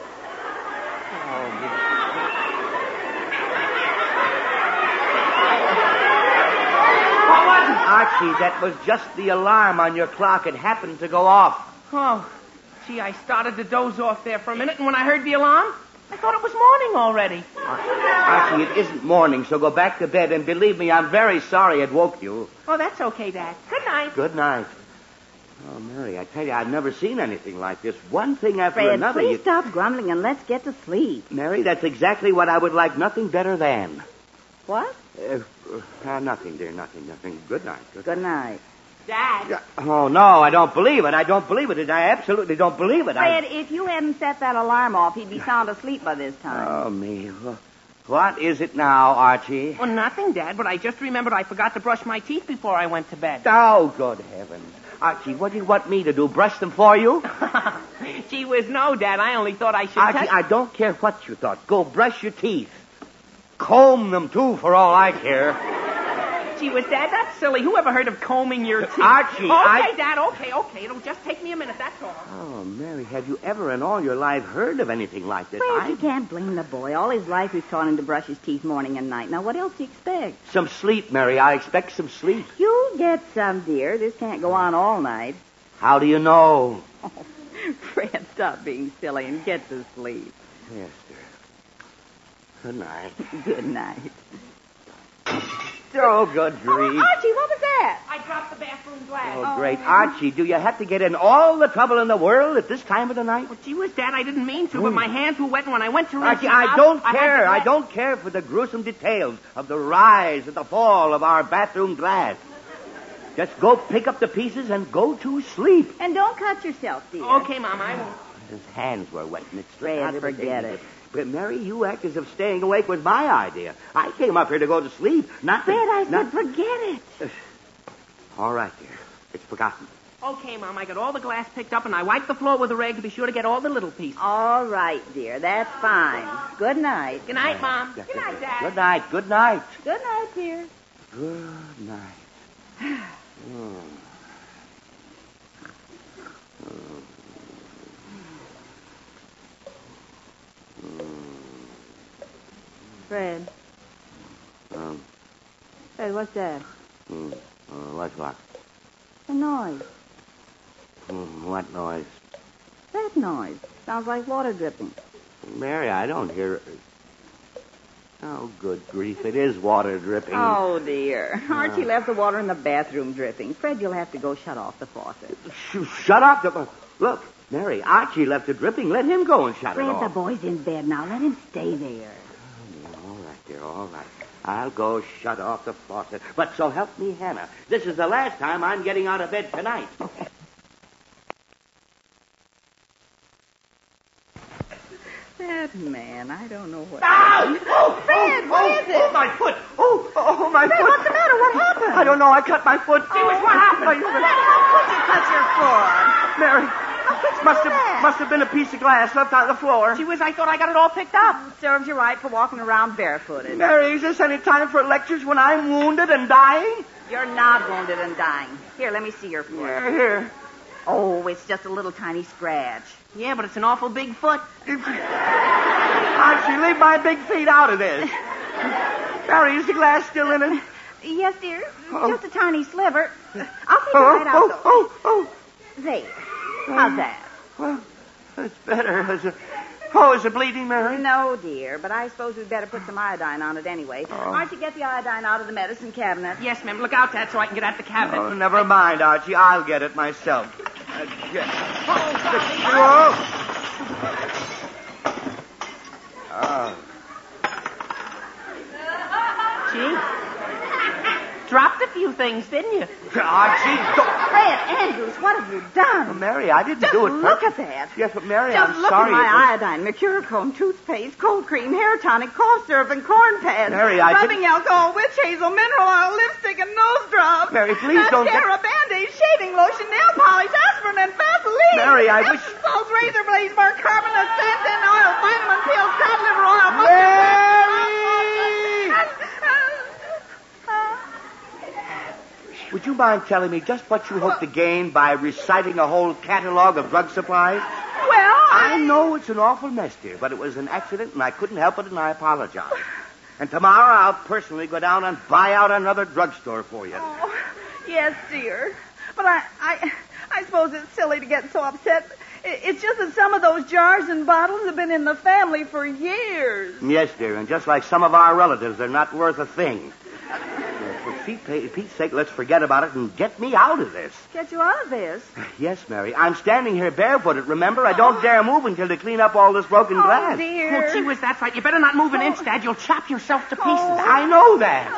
Speaker 21: Archie, that was just the alarm on your clock. It happened to go off.
Speaker 18: Oh, gee, I started to doze off there for a minute, and when I heard the alarm, I thought it was morning already.
Speaker 21: Archie, it isn't morning, so go back to bed. And believe me, I'm very sorry it woke you.
Speaker 18: Oh, that's okay, Dad. Good night.
Speaker 21: Good night. Oh, Mary, I tell you, I've never seen anything like this. One thing after
Speaker 23: Fred,
Speaker 21: another.
Speaker 23: please
Speaker 21: you-
Speaker 23: stop grumbling and let's get to sleep.
Speaker 21: Mary, that's exactly what I would like nothing better than.
Speaker 23: What?
Speaker 21: Uh, uh, nothing, dear, nothing, nothing. Good night.
Speaker 23: Good night.
Speaker 18: Dad.
Speaker 21: Oh, no, I don't believe it. I don't believe it. I absolutely don't believe it.
Speaker 23: Fred,
Speaker 21: I...
Speaker 23: if you hadn't set that alarm off, he'd be sound asleep by this time.
Speaker 21: Oh, me. Wh- What is it now, Archie?
Speaker 18: Well, nothing, Dad, but I just remembered I forgot to brush my teeth before I went to bed.
Speaker 21: Oh, good heavens. Archie, what do you want me to do? Brush them for you?
Speaker 18: Gee whiz, no, Dad. I only thought I should
Speaker 21: Archie,
Speaker 18: test-
Speaker 21: I don't care what you thought. Go brush your teeth. Comb them, too, for all I care.
Speaker 18: Archie with that? That's silly. Who ever heard of combing your teeth?
Speaker 21: Archie,
Speaker 18: Okay,
Speaker 21: I-
Speaker 18: Dad, okay, okay. It'll just take me a minute, that's all.
Speaker 21: Oh, Mary, have you ever in all your life heard of anything like this?
Speaker 23: Well,
Speaker 21: I-
Speaker 23: you can't blame the boy. All his life we've taught him to brush his teeth morning and night. Now, what else do you expect?
Speaker 21: Some sleep, Mary. I expect some sleep.
Speaker 23: You'll get some, dear. This can't go on all night.
Speaker 21: How do you know?
Speaker 23: Fred, stop being silly and get to sleep.
Speaker 21: Yes, dear. Good night.
Speaker 23: Good night.
Speaker 21: [laughs] Oh, good grief.
Speaker 4: Archie, what was that?
Speaker 18: I dropped the bathroom glass.
Speaker 21: Oh, great. Archie, do you have to get in all the trouble in the world at this time of the night? Hmm.
Speaker 18: Gee whiz, Dad, I didn't mean to, but my hands were wet, and when I went to rinse
Speaker 21: Archie,
Speaker 18: them
Speaker 21: I
Speaker 18: out,
Speaker 21: don't
Speaker 18: had
Speaker 21: care.
Speaker 18: the
Speaker 21: I
Speaker 18: wet-
Speaker 21: don't care for the gruesome details of the rise and the fall of our bathroom glass. Just go pick up the pieces and go to sleep.
Speaker 23: And don't cut yourself, dear.
Speaker 18: Okay, Mom, I won't.
Speaker 21: His hands were wet, and it's
Speaker 23: Fred,
Speaker 18: Ah,
Speaker 21: out of his
Speaker 23: forget
Speaker 21: hands.
Speaker 23: it.
Speaker 21: But Mary, you act as if staying awake was my idea. I came up here to go to sleep, not to-
Speaker 18: Fred, I
Speaker 21: not...
Speaker 23: forget it.
Speaker 21: All right, dear. It's forgotten.
Speaker 18: Okay, Mom, I got all the glass picked up, and I wiped the floor with a rag to be sure to get all the little pieces.
Speaker 23: All right, dear. That's fine. Good night.
Speaker 18: Good night, Mom.
Speaker 21: Good
Speaker 18: night, Dad.
Speaker 21: Good night. Good night.
Speaker 23: Good night, dear.
Speaker 21: Good night. Mm. Mm.
Speaker 23: Fred,
Speaker 21: Um,
Speaker 23: Fred, what's that?
Speaker 21: mm, uh, what's what?
Speaker 23: [sighs] The noise.
Speaker 21: Mm, what noise?
Speaker 23: That noise. Sounds like water dripping.
Speaker 21: Mary, I don't hear. Oh, good grief. It is water dripping.
Speaker 23: Oh, dear. Archie
Speaker 21: Ah.
Speaker 23: left the water in the bathroom dripping. Fred, you'll have to go shut off the faucet.
Speaker 21: Sh- shut up. The... Look, Mary, Archie left it dripping. Let him go and shut it
Speaker 23: Fred,
Speaker 21: off.
Speaker 23: the boy's in bed now. Let him stay there.
Speaker 21: All right, dear, all right. I'll go shut off the faucet. But so help me, Hannah. This is the last time I'm getting out of bed tonight.
Speaker 23: That man, I don't know what.
Speaker 21: Ow! Oh,
Speaker 23: Fred,
Speaker 21: oh,
Speaker 23: what
Speaker 21: oh,
Speaker 23: is it?
Speaker 21: Oh, my foot! Oh, oh, oh, my
Speaker 23: Fred,
Speaker 21: foot!
Speaker 23: what's the matter? What happened?
Speaker 21: I don't know. I cut my foot.
Speaker 23: Gee whiz, what happened?
Speaker 21: I-
Speaker 23: Fred, how could you cut your foot?
Speaker 21: Mary, must have
Speaker 23: that?
Speaker 21: must have been a piece of glass left on the floor.
Speaker 23: She was. I thought I got it all picked up. Serves you right for walking around barefooted.
Speaker 21: Mary, is this any time for lectures when I'm wounded and dying?
Speaker 23: You're not wounded and dying. Here, let me see your foot.
Speaker 21: Here, [laughs] here.
Speaker 23: Oh, it's just a little tiny scratch.
Speaker 18: Yeah, but it's an awful big
Speaker 21: [laughs]
Speaker 18: foot.
Speaker 21: Archie, leave my big feet out of this. Mary, is the glass still in it?
Speaker 23: Yes, dear.
Speaker 21: Oh.
Speaker 23: Just a tiny sliver. I'll take it
Speaker 21: Oh,
Speaker 23: right
Speaker 21: oh,
Speaker 23: out, though.
Speaker 21: oh, oh.
Speaker 23: There. How's that?
Speaker 21: Well, it's better. Is it... Oh, is it bleeding, Mary?
Speaker 23: No, dear, but I suppose we'd better put some iodine on it anyway.
Speaker 21: Oh.
Speaker 23: Aren't you get the iodine out of the medicine cabinet?
Speaker 18: Yes, ma'am. Look out, Dad, so I can get out the cabinet.
Speaker 21: Oh, never mind, Archie. I'll get it myself. Uh, yeah. Whoa!
Speaker 23: Uh.
Speaker 21: Oh,
Speaker 18: Gee. Dropped a few things, didn't you?
Speaker 21: Archie, don't-
Speaker 23: Fred Andrews, what have you done?
Speaker 21: Mary, I didn't
Speaker 23: Just
Speaker 21: do it.
Speaker 23: look
Speaker 21: pur-
Speaker 23: at that.
Speaker 21: Yes, but Mary,
Speaker 23: Just
Speaker 21: I'm
Speaker 23: look
Speaker 21: sorry.
Speaker 23: at
Speaker 21: it
Speaker 23: my
Speaker 21: was-
Speaker 23: iodine, mercurochrome, toothpaste, cold cream, hair tonic, cough syrup, and corn pads.
Speaker 21: Mary, I
Speaker 23: Rubbing
Speaker 21: didn't-
Speaker 23: alcohol, witch hazel, mineral oil, lipstick, and nose drops.
Speaker 21: Mary, please don't get-
Speaker 23: Mascara, band-aid, shaving lotion, nail polish, aspirin, and Vaseline.
Speaker 21: Mary, I wish-
Speaker 23: Epsom salts, razor blades, bicarbonate, santan oil, vitamin pills, cod liver oil, mustard
Speaker 21: Mary! Would you mind telling me just what you hope to gain by reciting a whole catalog of drug supplies?
Speaker 23: Well,
Speaker 21: I know it's an awful mess, dear, but it was an accident and I couldn't help it and I apologize. And tomorrow I'll personally go down and buy out another drugstore for you.
Speaker 23: Oh. Yes, dear. But I, I, I suppose it's silly to get so upset. I- It's just that some of those jars and bottles have been in the family for years.
Speaker 21: Yes, dear, and just like some of our relatives, they're not worth a thing. For Pete- for Pete's sake, let's forget about it and get me out of this.
Speaker 23: Get you out of this.
Speaker 21: Yes, Mary. I'm standing here barefooted, remember? I don't dare move until they clean up all this broken glass.
Speaker 23: dear.
Speaker 18: Oh, gee whiz, that's right. You better not move an inch, Dad. You'll chop yourself to pieces.
Speaker 21: I know that.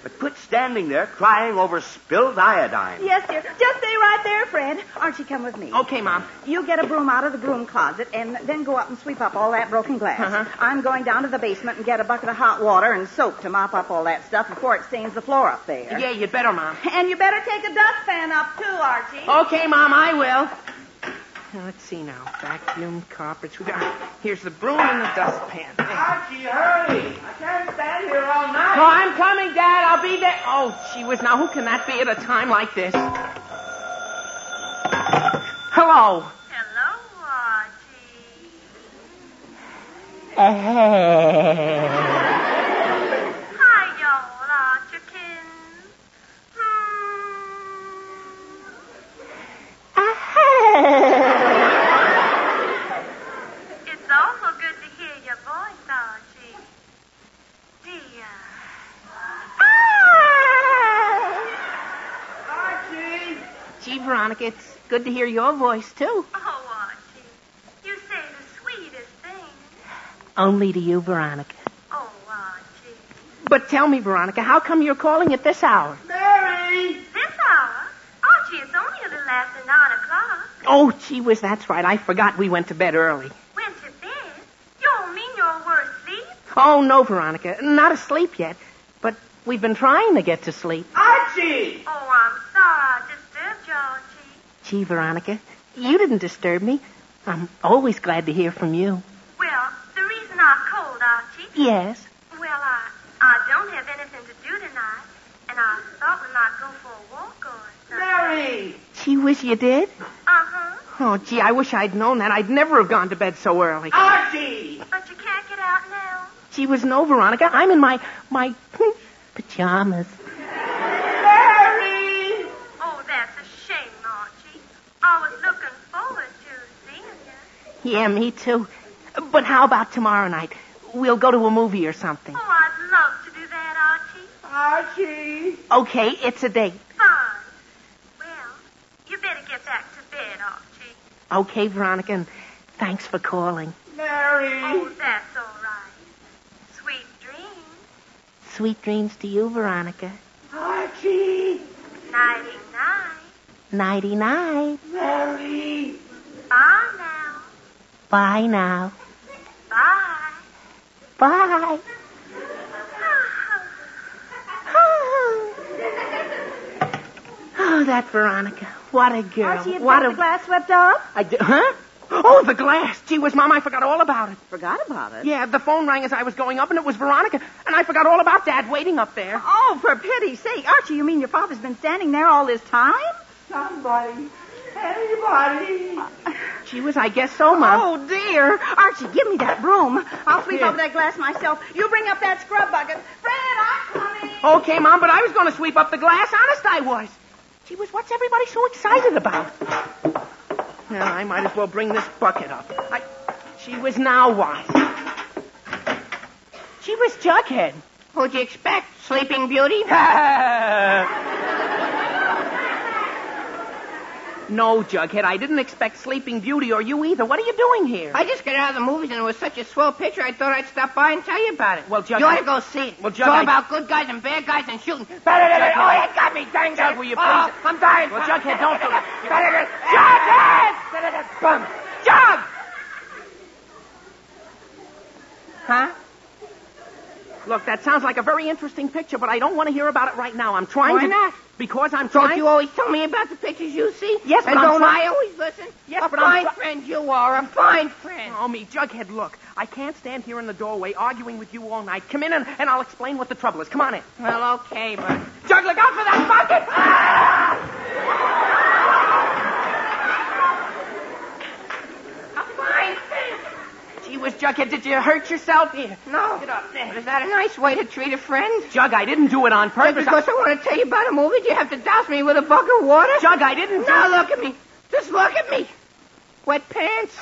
Speaker 21: But quit standing there crying over spilled iodine.
Speaker 23: Yes, dear. Just stay right there, Fred. Archie, come with me.
Speaker 18: Okay, Mom.
Speaker 23: You get a broom out of the broom closet and then go up and sweep up all that broken glass.
Speaker 18: Uh-huh.
Speaker 23: I'm going down to the basement and get a bucket of hot water and soap to mop up all that stuff before it stains the floor up there.
Speaker 18: Yeah, you'd better, Mom.
Speaker 23: And you better take a dustpan up, too, Archie.
Speaker 18: Okay, Mom, I will. Now, let's see now. Vacuum, carpets. We got, here's the broom and the dustpan. Archie, hurry! I can't stand here all night. Oh, I'm coming, Dad. I'll be there. Oh, gee whiz. Now, who can that be at a time like this? Hello. [laughs]
Speaker 25: Uh, It's awful good to hear your voice, Archie. Dear.
Speaker 18: Ah! Archie! Gee, Veronica, it's good to hear your voice, too.
Speaker 25: Oh, Archie. You say the sweetest things.
Speaker 18: Only to you, Veronica.
Speaker 25: Oh, Archie.
Speaker 18: But tell me, Veronica, how come you're calling at this hour?
Speaker 25: Mary! This hour? Archie, it's only a little after nine o'clock.
Speaker 18: Oh, gee whiz, that's right. I forgot we went to bed early.
Speaker 25: Went to bed? You don't mean you're worth asleep?
Speaker 18: Oh, no, Veronica, not asleep yet. But we've been trying to get to sleep.
Speaker 25: Archie! Oh, I'm sorry I disturbed you, Archie.
Speaker 18: Gee, Veronica, you didn't disturb me. I'm always glad to hear from you.
Speaker 25: Well, the reason I called, Archie.
Speaker 18: Yes.
Speaker 25: Well, I, I don't have anything to do tonight, and I thought we might go for a walk or something. Mary!
Speaker 18: Gee whiz, you did?
Speaker 25: Uh-huh.
Speaker 18: Oh, gee, I wish I'd known that. I'd never have gone to bed so early.
Speaker 25: Archie! But you can't get out now.
Speaker 18: Gee whiz, no, Veronica. I'm in my, my pajamas.
Speaker 25: Mary! Oh, that's a shame, Archie. I was looking forward to seeing you.
Speaker 18: Yeah, me too. But how about tomorrow night? We'll go to a movie or something.
Speaker 25: Oh, I'd love to do that, Archie. Archie!
Speaker 18: Okay, it's a date.
Speaker 25: Fine. Well, you better get back to bed, Archie.
Speaker 18: Okay, Veronica, and thanks for calling.
Speaker 25: Mary! Oh, that's all right. Sweet dreams.
Speaker 18: Sweet dreams to you, Veronica.
Speaker 25: Archie! Nighty-night.
Speaker 18: Nighty night.
Speaker 25: Mary! Bye now.
Speaker 18: Bye now.
Speaker 25: Bye.
Speaker 18: Bye.
Speaker 25: Ah,
Speaker 18: Oh, that Veronica. What a girl.
Speaker 7: Archie, you've
Speaker 18: what
Speaker 7: got
Speaker 18: a
Speaker 7: the glass swept off?
Speaker 18: I d- huh? Oh, the glass. Gee whiz, Mom, I forgot all about it.
Speaker 7: Forgot about it?
Speaker 18: Yeah, the phone rang as I was going up, and it was Veronica, and I forgot all about Dad waiting up there.
Speaker 7: Oh, for pity's sake. Archie, you mean your father's been standing there all this time?
Speaker 23: Somebody. Anybody.
Speaker 18: Gee whiz, I guess so, Mom.
Speaker 7: Oh, dear. Archie, give me that broom. I'll sweep
Speaker 18: Here.
Speaker 7: over that glass myself. You bring up that scrub bucket.
Speaker 18: Okay, Mom, but I was going to sweep up the glass. Honest, I was. Gee whiz, what's everybody so excited about? Now, I might as well bring this bucket up. I... Gee whiz, now what? Gee whiz, Jughead.
Speaker 5: Who'd you expect? Sleeping Beauty?
Speaker 18: [laughs] No, Jughead, I didn't expect Sleeping Beauty or you either. What are you doing here?
Speaker 5: I just got out of the movies and it was such a swell picture I thought I'd stop by and tell you about it.
Speaker 18: Well, Jug,
Speaker 5: You
Speaker 18: I-
Speaker 5: ought to go see it.
Speaker 18: Well, Jug,
Speaker 5: It's all
Speaker 18: I-
Speaker 5: about good guys and bad guys and shooting. Oh,
Speaker 18: Jughead, I-
Speaker 5: that got me. Dang
Speaker 18: Jug,
Speaker 5: it.
Speaker 18: will you
Speaker 5: Oh,
Speaker 18: please-
Speaker 5: I'm dying.
Speaker 18: Well, Jughead, don't [laughs] do
Speaker 5: Jughead! Jughead! Bum. Jug!
Speaker 18: Huh? Look, that sounds like a very interesting picture, but I don't want to hear about it right now. I'm trying
Speaker 5: Why
Speaker 18: to.
Speaker 5: not?
Speaker 18: Because I'm
Speaker 5: Don't
Speaker 18: trying.
Speaker 5: you always tell me about the pictures you see?
Speaker 18: Yes,
Speaker 5: and
Speaker 18: but I'm
Speaker 5: don't
Speaker 18: try-
Speaker 5: I always listen?
Speaker 18: Yes,
Speaker 5: a
Speaker 18: but I'm
Speaker 5: fine
Speaker 18: try-
Speaker 5: friend you are, a fine friend.
Speaker 18: Oh, me, Jughead, look. I can't stand here in the doorway arguing with you all night. Come in and, and I'll explain what the trouble is. Come on in.
Speaker 5: Well, okay, but Ah!
Speaker 18: Jug, look out for that bucket!
Speaker 5: a fine friend.
Speaker 18: Gee whiz, Jughead, did you hurt yourself? Here.
Speaker 5: No.
Speaker 18: Get up there.
Speaker 5: But is that a nice way to treat a friend?
Speaker 18: Jug, I didn't do it on purpose.
Speaker 5: because I... want to tell you about a movie, do you have to douse me with a bucket of water?
Speaker 18: Jug, I didn't do
Speaker 5: Now look at me. Just look at me. Wet pants.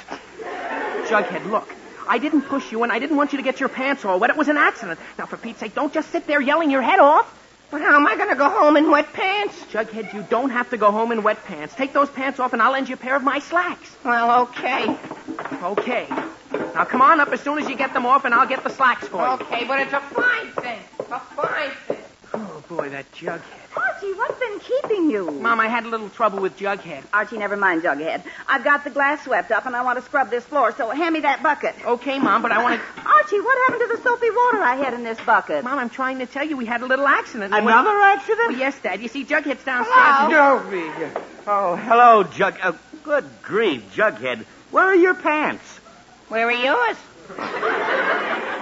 Speaker 18: Jughead, look. I didn't push you, and I didn't want you to get your pants all wet. It was an accident. Now, for Pete's sake, don't just sit there yelling your head off.
Speaker 5: But how am I going to go home in wet pants?
Speaker 18: Jughead, you don't have to go home in wet pants. Take those pants off, and I'll lend you a pair of my slacks.
Speaker 5: Well, okay.
Speaker 18: Okay. Now, come on up as soon as you get them off, and I'll get the slacks for you.
Speaker 5: Okay, but it's a fine thing. A fine thing.
Speaker 18: Oh, boy, that Jughead.
Speaker 7: Archie, what's been keeping you?
Speaker 18: Mom, I had a little trouble with Jughead.
Speaker 7: Archie, never mind, Jughead. I've got the glass swept up, and I want to scrub this floor, so hand me that bucket.
Speaker 18: Okay, Mom, but I want to...
Speaker 7: Archie, what happened to the soapy water I had in this bucket?
Speaker 18: Mom, I'm trying to tell you we had a little accident.
Speaker 14: Another
Speaker 18: accident? yes, Dad. You see, Jughead's downstairs.
Speaker 14: Hello. Oh, hello, Jug. Uh,
Speaker 21: Good grief, Jughead. Where are your pants?
Speaker 5: Where are yours?
Speaker 21: Oh,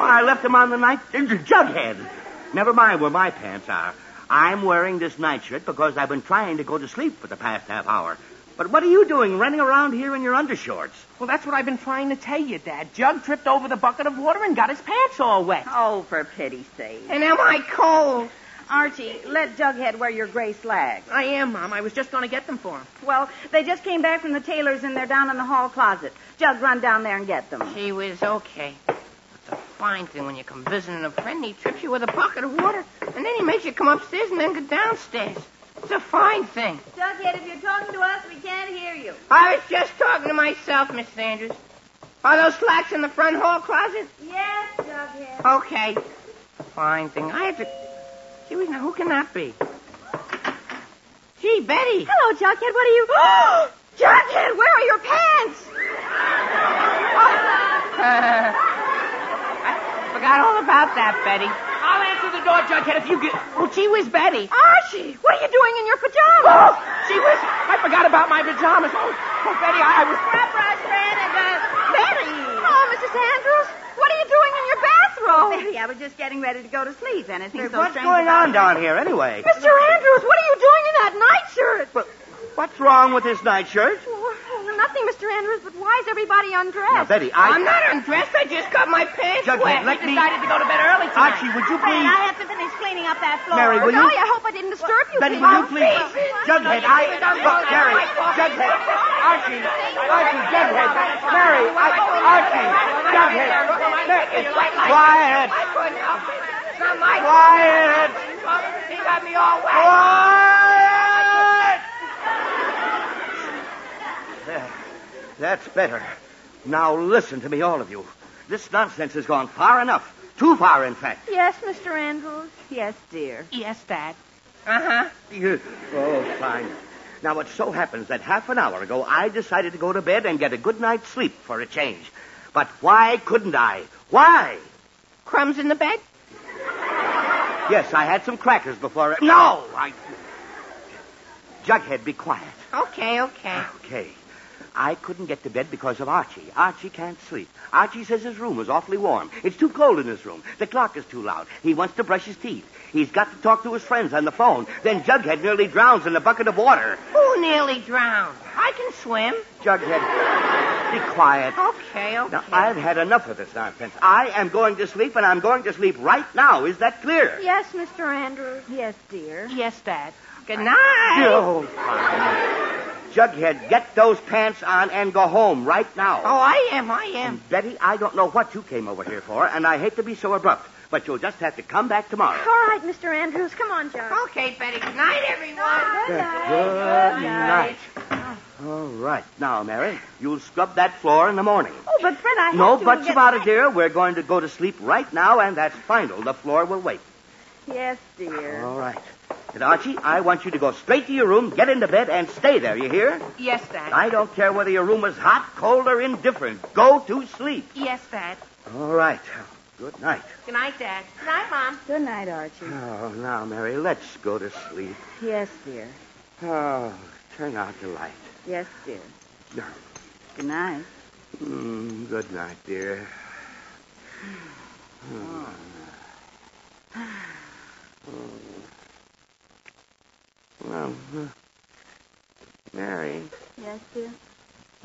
Speaker 21: I left them on the night. Jughead! Never mind where my pants are. I'm wearing this nightshirt because I've been trying to go to sleep for the past half hour. But what are you doing running around here in your undershorts?
Speaker 18: Well, that's what I've been trying to tell you, Dad. Jug tripped over the bucket of water and got his pants all wet.
Speaker 9: Oh, for pity's sake.
Speaker 5: And am I cold?
Speaker 9: Archie, let Jughead wear your gray slags.
Speaker 18: I am, Mom. I was just going to get them for him.
Speaker 9: Well, they just came back from the tailor's and they're down in the hall closet. Jug, run down there and get them.
Speaker 5: Gee whiz, okay. It's a fine thing when you come visiting a friend and he trips you with a bucket of water, and then he makes you come upstairs and then go downstairs. It's a fine thing.
Speaker 9: Jughead, if you're talking to us, we can't hear you.
Speaker 5: I was just talking to myself, Miss Andrews. Are those slacks in the front hall closet?
Speaker 9: Yes, Jughead.
Speaker 5: Okay. Fine thing. I have to. Gee whiz, now who can that be? Gee, Betty.
Speaker 9: Hello, Jughead. What
Speaker 5: [gasps]
Speaker 9: are you? Jughead, where are your
Speaker 18: [laughs]
Speaker 9: pants?
Speaker 5: I forgot all about that, Betty.
Speaker 18: I'll answer the door, Jughead, if you get. Ah,
Speaker 5: Well, gee whiz, Betty.
Speaker 9: Archie, what are you doing in your pajamas?
Speaker 18: Oh, gee whiz, I forgot about my pajamas. Oh, oh Betty, I, I was.
Speaker 9: Papa's red and uh, Betty. Oh, Mrs. Andrews, what are you doing in your bathrobe? Betty, I was just getting ready to go to sleep. Anything so
Speaker 21: What's
Speaker 9: strange
Speaker 21: going
Speaker 9: about
Speaker 21: on down here, anyway?
Speaker 9: Mr. Andrews, what are you doing in that nightshirt?
Speaker 21: Well, What's wrong with this
Speaker 9: Oh,
Speaker 21: nightshirt?
Speaker 9: Well, nothing, Mr. Andrews, but why is everybody
Speaker 21: Now,
Speaker 9: undressed?
Speaker 21: Betty, I.
Speaker 5: I'm not undressed. I just got my pants
Speaker 21: Jughead,
Speaker 5: wet.
Speaker 21: let
Speaker 5: I
Speaker 21: me-
Speaker 5: decided to go to bed early tonight.
Speaker 21: Archie, would you
Speaker 9: Fred,
Speaker 21: please?
Speaker 9: I have to finish cleaning up that floor.
Speaker 21: Mary, will you-
Speaker 9: Golly, I hope I didn't disturb you Oh,
Speaker 21: Betty,
Speaker 9: people.
Speaker 21: will you please? Jughead, I. Look, Mary, Jughead, Archie, Archie, Jughead, Mary, I, Archie, Jughead, Mary, quiet,
Speaker 5: I couldn't help it. It's not my
Speaker 21: quiet,
Speaker 5: fault. He got me all wet.
Speaker 21: quiet. There, that's better. Now listen to me, all of you. This nonsense has gone far enough. Too far, in fact.
Speaker 9: Yes, Mr. Andrews. Yes, dear.
Speaker 5: Yes, Dad. Uh-huh.
Speaker 21: You- Oh, fine. Now, it so happens that half an hour ago I decided to go to bed and get a good night's sleep for a change. But why couldn't I? Why?
Speaker 5: Crumbs in the bed?
Speaker 21: Yes, I had some crackers before. I... No! I... Jughead, be quiet.
Speaker 5: Okay, okay.
Speaker 21: Okay. I couldn't get to bed because of Archie. Archie can't sleep. Archie says his room is awfully warm. It's too cold in his room. The clock is too loud. He wants to brush his teeth. He's got to talk to his friends on the phone. Then Jughead nearly drowns in a bucket of water.
Speaker 5: Who nearly drowned? I can swim.
Speaker 21: Jughead, be quiet.
Speaker 5: Oh, Okay, okay.
Speaker 21: Now, I've had enough of this nonsense. I am going to sleep, and I'm going to sleep right now. Is that clear?
Speaker 9: Yes, Mr. Andrews. Yes, dear.
Speaker 5: Yes, Dad. Good night.
Speaker 21: Oh, fine. Jughead, get those pants on and go home right now.
Speaker 5: Oh, I am, I am.
Speaker 21: Betty, I don't know what you came over here for, and I hate to be so abrupt, but you'll just have to come back tomorrow.
Speaker 9: All right, Mr. Andrews. Come on, John.
Speaker 5: Okay, Betty. Good night, everyone.
Speaker 21: Good
Speaker 9: Good
Speaker 21: night. All right. Now, Mary, you'll scrub that floor in the morning.
Speaker 9: Oh, but Fred, I have
Speaker 21: no
Speaker 9: to
Speaker 21: buts
Speaker 9: get
Speaker 21: about it,
Speaker 9: back.
Speaker 21: dear. We're going to go to sleep right now, and that's final. The floor will wait.
Speaker 9: Yes, dear.
Speaker 21: All right. And Archie, I want you to go straight to your room, get into bed, and stay there, you hear?
Speaker 5: Yes, Dad.
Speaker 21: I don't care whether your room is hot, cold, or indifferent. Go to sleep.
Speaker 5: Yes, Dad.
Speaker 21: All right. Good night.
Speaker 5: Good night, Dad.
Speaker 9: Good night, Mom. Good night, Archie.
Speaker 21: Oh, now, Mary, let's go to sleep.
Speaker 9: Yes, dear.
Speaker 21: Oh, turn out the light.
Speaker 9: Yes, dear.
Speaker 21: No.
Speaker 9: Good night.
Speaker 21: Mm, good night, dear. Well, uh, Mary,
Speaker 9: Yes, dear.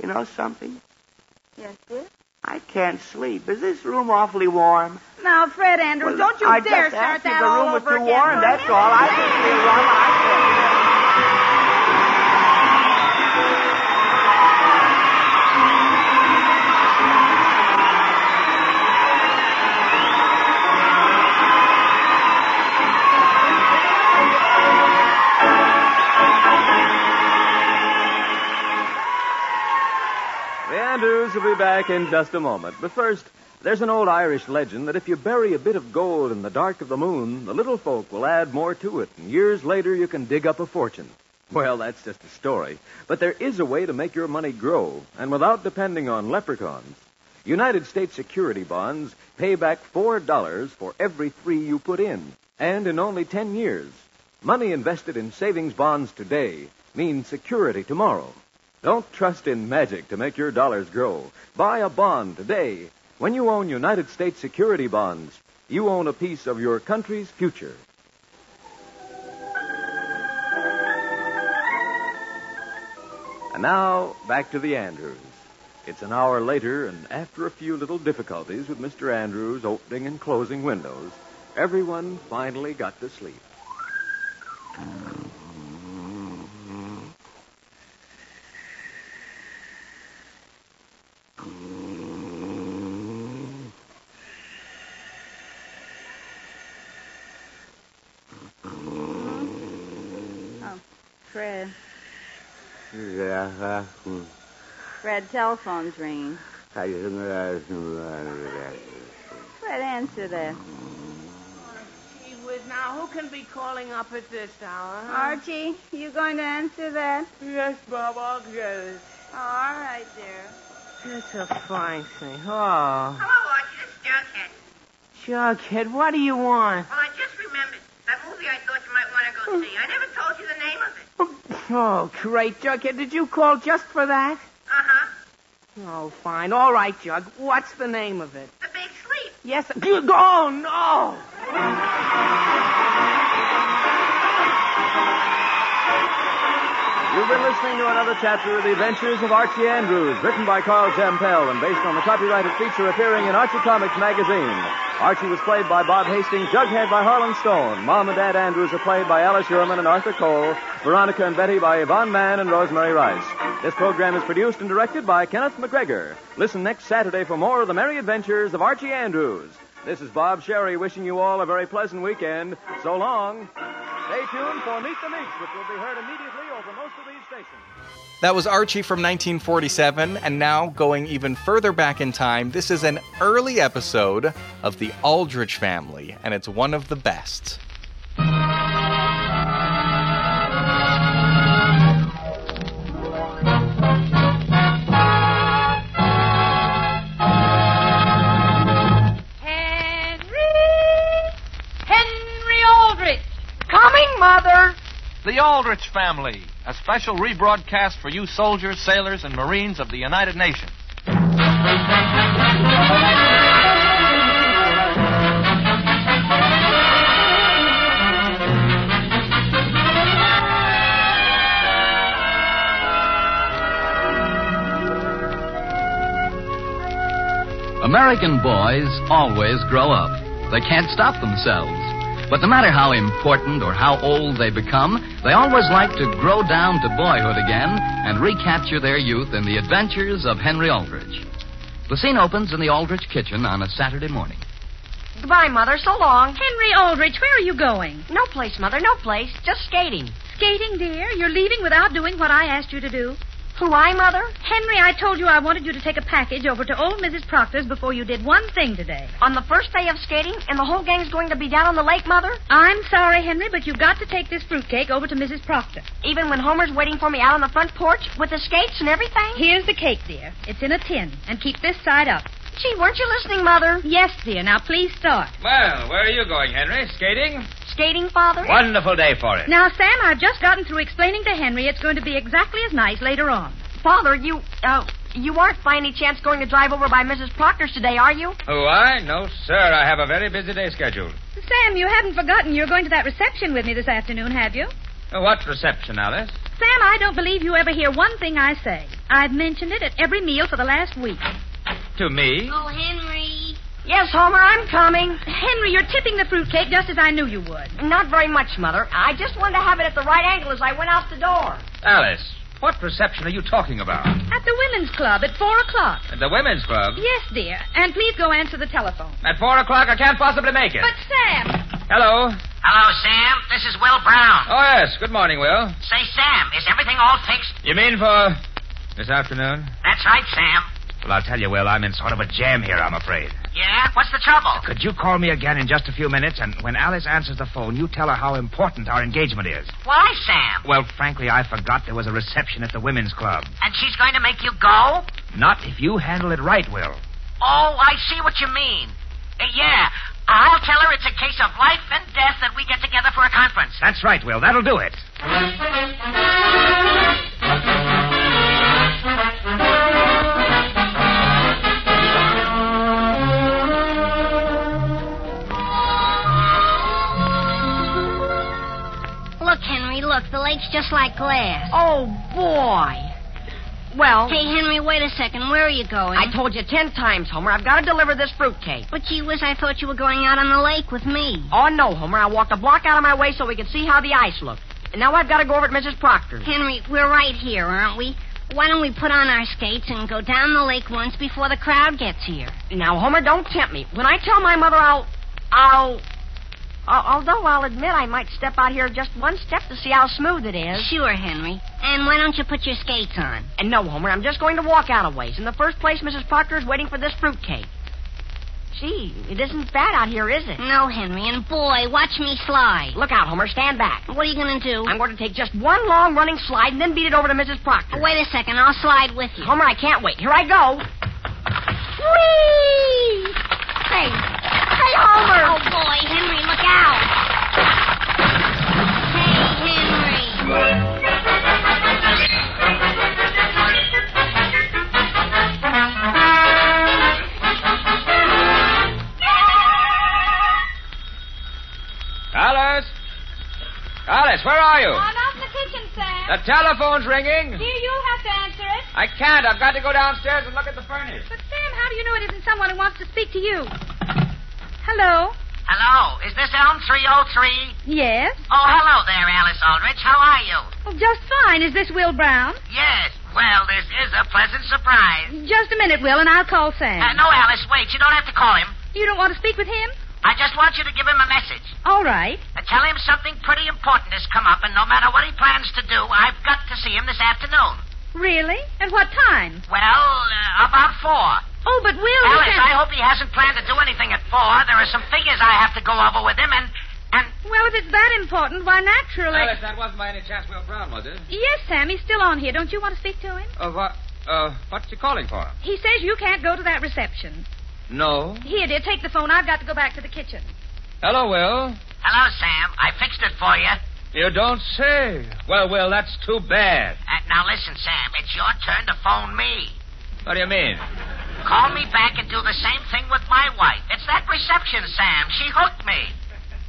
Speaker 21: you know something?
Speaker 9: Yes, dear.
Speaker 21: I can't sleep. Is this room awfully warm?
Speaker 9: Now, Fred Andrews,
Speaker 21: Well,
Speaker 9: don't you
Speaker 21: I
Speaker 9: dare
Speaker 21: just
Speaker 9: start
Speaker 21: asked you if
Speaker 9: that
Speaker 21: the
Speaker 9: all
Speaker 21: room was
Speaker 9: over
Speaker 21: too
Speaker 9: again.
Speaker 21: warm.
Speaker 9: for
Speaker 21: That's
Speaker 9: heaven's
Speaker 21: all. I
Speaker 9: sake.
Speaker 21: can feel warm. I can't.
Speaker 26: The Andrews will be back in just a moment. But first, there's an old Irish legend that if you bury a bit of gold in the dark of the moon, the little folk will add more to it, and years later you can dig up a fortune. Well, that's just a story. But there is a way to make your money grow, and without depending on leprechauns. United States security bonds pay back $4 for every three you put in, and in only 10 years. Money invested in savings bonds today means security tomorrow. Don't trust in magic to make your dollars grow. Buy a bond today. When you own United States security bonds, you own a piece of your country's future. And now, back to the Andrews. It's an hour later, and after a few little difficulties with Mr. Andrews opening and closing windows, everyone finally got to sleep.
Speaker 23: Oh, Fred.
Speaker 21: Yeah.
Speaker 23: Fred, telephone's ringing. Fred, answer that.
Speaker 18: Gee whiz, now who can be calling up at this hour?
Speaker 23: Archie, you going to answer that?
Speaker 18: Yes, Bob, I'll get it.
Speaker 23: All right, dear.
Speaker 18: That's a fine thing. Oh.
Speaker 5: Hello, Archie. This is Jughead.
Speaker 18: Jughead, what do you want?
Speaker 5: Well, I just remembered that movie I thought you might want to go see. I never told you the name of it.
Speaker 14: Oh, great, Jughead. Did you call just for that?
Speaker 5: Uh huh.
Speaker 14: Oh, fine. All right, Jug. What's the name of it?
Speaker 5: The Big Sleep.
Speaker 14: Yes. Oh, no!
Speaker 26: You've been listening to another chapter of the Adventures of Archie Andrews, written by Carl Zampel and based on the copyrighted feature appearing in Archie Comics magazine. Archie was played by Bob Hastings, Jughead by Harlan Stone. Mom and Dad Andrews are played by Alice Sherman and Arthur Cole, Veronica and Betty by Yvonne Mann and Rosemary Rice. This program is produced and directed by Kenneth McGregor. Listen next Saturday for more of the merry adventures of Archie Andrews. This is Bob Sherry wishing you all a very pleasant weekend. So long. Stay tuned for Meet the Meeks, which will be heard immediately over most of these stations.
Speaker 2: That was Archie from 1947, and now going even further back in time, this is an early episode of The Aldrich Family, and it's one of the best.
Speaker 7: Henry! Henry Aldrich! Coming, Mother!
Speaker 27: The Aldrich Family, a special rebroadcast for you soldiers, sailors, and Marines of the United Nations.
Speaker 3: American boys always grow up. They can't stop themselves. But no matter how important or how old they become, they always like to grow down to boyhood again and recapture their youth in the adventures of Henry Aldrich. The scene opens in the Aldrich kitchen on a Saturday morning.
Speaker 7: Goodbye, Mother. So long. Henry Aldrich, where are you going? No place, Mother. No place. Just skating. Skating, dear? You're leaving without doing what I asked you to do? Who I, Mother? Henry, I told you I wanted you to take a package over to old Mrs. Proctor's before you did one thing today.
Speaker 28: On the first day of skating, and the whole gang's going to be down on the lake, Mother?
Speaker 7: I'm sorry, Henry, but you've got to take this fruitcake over to Mrs. Proctor.
Speaker 28: Even when Homer's waiting for me out on the front porch with the skates and everything?
Speaker 7: Here's the cake, dear. It's in a tin, and keep this side up.
Speaker 28: Gee, weren't you listening, Mother?
Speaker 7: Yes, dear. Now, please start.
Speaker 6: Well, where are you going, Henry? Skating?
Speaker 28: Skating, Father?
Speaker 6: Wonderful day for it.
Speaker 7: Now, Sam, I've just gotten through explaining to Henry it's going to be exactly as nice later on.
Speaker 28: Father, you, uh, you aren't by any chance going to drive over by Mrs. Proctor's today, are you?
Speaker 6: Who Oh, I? No, sir. I have a very busy day scheduled.
Speaker 7: Sam, you haven't forgotten you're going to that reception with me this afternoon, have you?
Speaker 6: Uh, What reception, Alice?
Speaker 7: Sam, I don't believe you ever hear one thing I say. I've mentioned it at every meal for the last week.
Speaker 6: To me?
Speaker 28: Oh, Henry.
Speaker 7: Yes, Homer, I'm coming. Henry, you're tipping the fruitcake just as I knew you would.
Speaker 28: Not very much, Mother. I just wanted to have it at the right angle as I went out the door.
Speaker 6: Alice, what reception are you talking about?
Speaker 7: At the women's club at four o'clock.
Speaker 6: At the women's club?
Speaker 7: Yes, dear. And please go answer the telephone.
Speaker 6: At four o'clock, I can't possibly make it.
Speaker 7: But, Sam.
Speaker 6: Hello?
Speaker 10: Hello, Sam. This is Will Brown.
Speaker 6: Oh, yes. Good morning, Will.
Speaker 10: Say, Sam, is everything all fixed?
Speaker 6: You mean for this afternoon?
Speaker 10: That's right, Sam.
Speaker 6: Well, I'll tell you, Will, I'm in sort of a jam here, I'm afraid.
Speaker 10: Yeah? What's the trouble?
Speaker 6: Could you call me again in just a few minutes? And when Alice answers the phone, you tell her how important our engagement is.
Speaker 10: Why, Sam?
Speaker 6: Well, frankly, I forgot there was a reception at the women's club.
Speaker 10: And she's going to make you go?
Speaker 6: Not if you handle it right, Will.
Speaker 10: Oh, I see what you mean. Uh, yeah. I'll tell her it's a case of life and death that we get together for a conference.
Speaker 6: That's right, Will. That'll do it.
Speaker 10: Well,
Speaker 1: just like glass.
Speaker 28: Oh, boy. Well.
Speaker 1: Hey, Henry, wait a second. Where are you going?
Speaker 28: I told you ten times, Homer. I've got to deliver this fruitcake.
Speaker 1: But gee whiz, I thought you were going out on the lake with me.
Speaker 28: Oh, no, Homer. I walked a block out of my way so we could see how the ice looked. And now I've got to go over to Mrs. Proctor's.
Speaker 1: Henry, we're right here, aren't we? Why don't we put on our skates and go down the lake once before the crowd gets here?
Speaker 28: Now, Homer, don't tempt me. When I tell my mother I'll. I'll. Al- Although I'll admit I might step out here just one step to see how smooth it is.
Speaker 1: Sure, Henry. And why don't you put your skates on?
Speaker 28: And no, Homer, I'm just going to walk out a ways. In the first place, Mrs. Proctor's waiting for this fruitcake. Gee, it isn't bad out here, is it?
Speaker 1: No, Henry. And boy, watch me slide.
Speaker 28: Look out, Homer. Stand back.
Speaker 1: What are you going to do?
Speaker 28: I'm going to take just one long running slide and then beat it over to Mrs. Proctor.
Speaker 1: Wait a second. I'll slide with you.
Speaker 28: Homer, I can't wait. Here I go.
Speaker 1: Whee! Hey. Hey, Homer! Oh, boy. Henry, look out. Hey, Henry. [laughs]
Speaker 6: Alice! Alice, where are you?
Speaker 7: I'm out in the kitchen, Sam.
Speaker 6: The telephone's ringing.
Speaker 7: Dear, you'll have to answer it.
Speaker 6: I can't. I've got to go downstairs and look at the furnace.
Speaker 7: But, Sam, how do you know it isn't someone who wants to speak to you? Hello?
Speaker 10: Hello, is this Elm 303?
Speaker 7: Yes?
Speaker 10: Oh, hello there, Alice Aldrich. How are you?
Speaker 7: Oh, just fine. Is this Will Brown?
Speaker 10: Yes. Well, this is a pleasant surprise.
Speaker 7: Just a minute, Will, and I'll call Sam.
Speaker 10: Uh, no, Alice, wait. You don't have to call him.
Speaker 7: You don't want to speak with him?
Speaker 10: I just want you to give him a message.
Speaker 7: All right.
Speaker 10: Uh, tell him something pretty important has come up, and no matter what he plans to do, I've got to see him this afternoon.
Speaker 7: Really? At what time?
Speaker 10: Well, uh, about four.
Speaker 7: Oh, but Will.
Speaker 10: Alice,
Speaker 7: you can't-
Speaker 10: I hope he hasn't planned to do anything at four. There are some figures I have to go over with him, and and
Speaker 7: Well, if it's that important, why, naturally.
Speaker 6: Alice, that wasn't by any chance Will Brown, was it?
Speaker 7: Yes, Sam, he's still on here. Don't you want to speak to him?
Speaker 6: Uh, what, uh, what's you calling for?
Speaker 7: He says you can't go to that reception.
Speaker 6: No.
Speaker 7: Here, dear, take the phone. I've got to go back to the kitchen.
Speaker 6: Hello, Will.
Speaker 10: hello, Sam. I fixed it for you.
Speaker 6: You don't say. Well, Will, that's too bad.
Speaker 10: Uh, now listen, Sam. It's your turn to phone me.
Speaker 6: What do you mean?
Speaker 10: Call me back and do the same thing with my wife. It's that reception, Sam. She hooked me.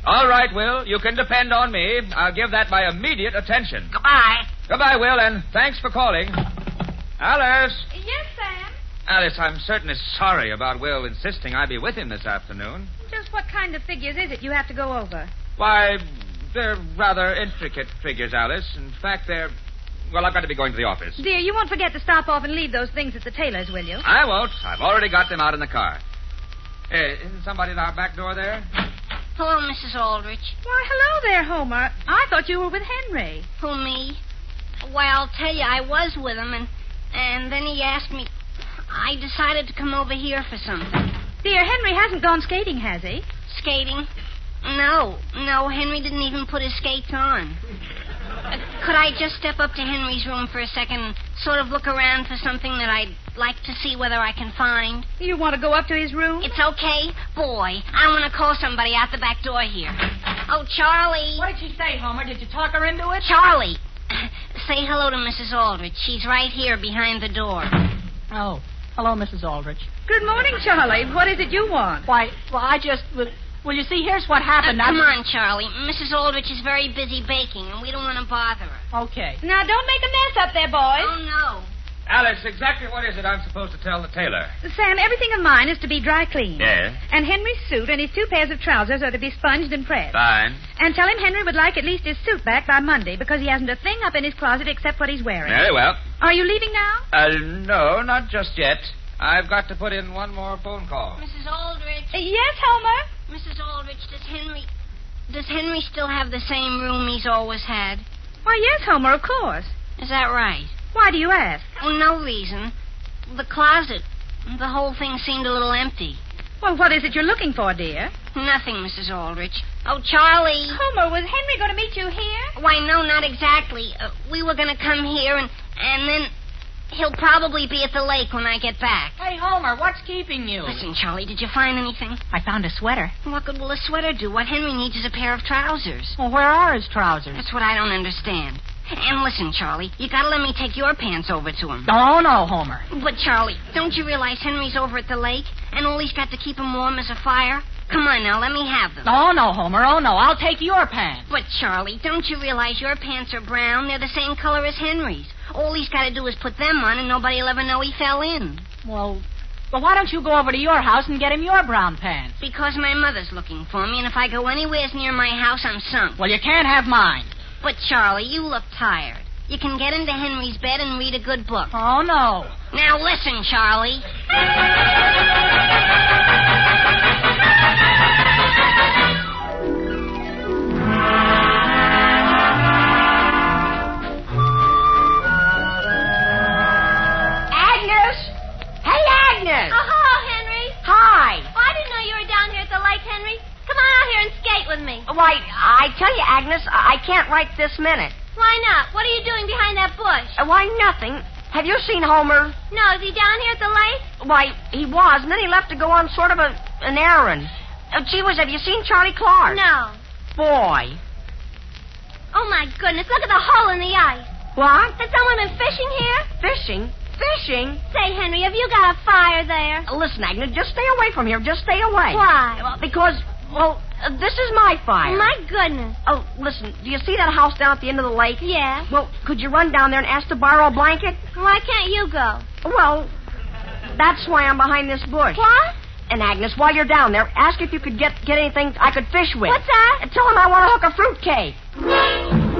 Speaker 6: All right, Will. You can depend on me. I'll give that my immediate attention.
Speaker 10: Goodbye.
Speaker 6: Goodbye, Will, and thanks for calling. Alice!
Speaker 7: Yes, Sam.
Speaker 6: Alice, I'm certainly sorry about Will insisting I be with him this afternoon.
Speaker 7: Just what kind of figures is it you have to go over?
Speaker 6: Why, they're rather intricate figures, Alice. In fact, they're. Well, I've got to be going to the office.
Speaker 7: Dear, you won't forget to stop off and leave those things at the tailor's, will you?
Speaker 6: I won't. I've already got them out in the car. Hey, isn't somebody at our back door there?
Speaker 1: Hello, Mrs. Aldrich.
Speaker 7: Why, hello there, Homer. I thought you were with Henry.
Speaker 1: Who, me? Why, I'll tell you, I was with him, and, and then he asked me. I decided to come over here for something.
Speaker 7: Dear, Henry hasn't gone skating, has he?
Speaker 1: Skating? No, no, Henry didn't even put his skates on. Uh, could I just step up to Henry's room for a second and sort of look around for something that I'd like to see whether I can find?
Speaker 7: You want to go up to his room?
Speaker 1: It's okay? Boy, I want to call somebody out the back door here. Oh, Charlie.
Speaker 28: What did she say, Homer? Did you talk her into it?
Speaker 1: Charlie, [laughs] say hello to Mrs. Aldrich. She's right here behind the door.
Speaker 9: Oh, hello, Mrs. Aldrich.
Speaker 7: Good morning, Charlie. What is it you want?
Speaker 9: Why, well, I just. Well, well, you see, here's what
Speaker 1: Uh,
Speaker 9: happened. I-
Speaker 1: come on, Charlie. Mrs. Aldrich is very busy baking, and we don't want to bother her.
Speaker 9: Okay.
Speaker 7: Now, don't make a mess up there, boys.
Speaker 1: Oh,
Speaker 6: Alice, exactly what is it I'm supposed to tell the tailor?
Speaker 7: Sam, everything of mine is to be dry cleaned.
Speaker 6: Yes.
Speaker 7: And Henry's suit and his two pairs of trousers are to be sponged and pressed.
Speaker 6: Fine.
Speaker 7: And tell him Henry would like at least his suit back by Monday because he hasn't a thing up in his closet except what he's wearing.
Speaker 6: Very well.
Speaker 7: Are you leaving now?
Speaker 6: Uh, no, not just yet. I've got to put in one more phone call.
Speaker 1: no. Mrs. Aldrich.
Speaker 7: Uh, Yes, Homer.
Speaker 1: Mrs. Aldrich, does Henry. Does Henry still have the same room he's always had?
Speaker 7: Why, yes, Homer, of course.
Speaker 1: Is that right?
Speaker 7: Why do you ask?
Speaker 1: Oh, no reason. The closet. The whole thing seemed a little empty.
Speaker 7: Well, what is it you're looking for, dear?
Speaker 1: Nothing, Mrs. Aldrich. Oh, Charlie.
Speaker 7: Homer, was Henry going to meet you here?
Speaker 1: Why, no, not exactly. Uh, we were going to come here, and and then he'll probably be at the lake when I get back.
Speaker 9: Hey, Homer, what's keeping you?
Speaker 1: Listen, Charlie, did you find anything?
Speaker 9: I found a sweater.
Speaker 1: What good will a sweater do? What Henry needs is a pair of trousers.
Speaker 9: Well, where are his trousers?
Speaker 1: That's what I don't understand. And listen, Charlie, you gotta let me take your pants over to him.
Speaker 9: Oh, no, Homer.
Speaker 1: But, Charlie, don't you realize Henry's over at the lake, and all he's got to keep him warm is a fire? Come on now, let me have them.
Speaker 23: Oh, no, Homer. Oh, no. I'll take your pants.
Speaker 1: But, Charlie, don't you realize your pants are brown? They're the same color as Henry's. All he's got to do is put them on, and nobody'll ever know he fell in.
Speaker 23: Well, well, why don't you go over to your house and get him your brown pants?
Speaker 1: Because my mother's looking for me, and if I go anywheres near my house, I'm sunk.
Speaker 23: Well, you can't have mine.
Speaker 1: But, Charlie, you look tired. You can get into Henry's bed and read a good book.
Speaker 23: Oh, no.
Speaker 1: Now listen, Charlie.
Speaker 9: Agnes! Hey, Agnes!
Speaker 29: Oh,
Speaker 1: Uh-huh.
Speaker 29: hello, Henry.
Speaker 9: Hi.
Speaker 29: Oh, I didn't know you were down here at the lake, Henry. Come on out here and skate with me.
Speaker 28: Why, I tell you, Agnes, I, I can't right this minute.
Speaker 29: Why not? What are you doing behind that bush?
Speaker 28: Uh, Why, nothing. Have you seen Homer?
Speaker 29: No, is he down here at the lake?
Speaker 28: Why, he was, and then he left to go on sort of a, an errand. Uh, gee whiz, have you seen Charlie Clark?
Speaker 29: No.
Speaker 28: Boy.
Speaker 29: Oh, my goodness. Look at the hole in the ice.
Speaker 28: What?
Speaker 29: Has someone been fishing here?
Speaker 28: Fishing? Fishing?
Speaker 29: Say, Henry, have you got a fire there?
Speaker 28: Uh, Listen, Agnes, just stay away from here. Just stay away.
Speaker 29: Why?
Speaker 28: Well, Because, well, uh, this is my fire.
Speaker 29: My goodness.
Speaker 28: Oh, listen, do you see that house down at the end of the lake?
Speaker 29: Yeah.
Speaker 28: Well, could you run down there and ask to borrow a blanket?
Speaker 29: Why can't you go?
Speaker 28: Well, that's why I'm behind this bush.
Speaker 29: What?
Speaker 28: And Agnes, while you're down there, ask if you could get get anything I could fish with.
Speaker 29: What's that?
Speaker 28: Uh, Tell him I want to hook a fruitcake.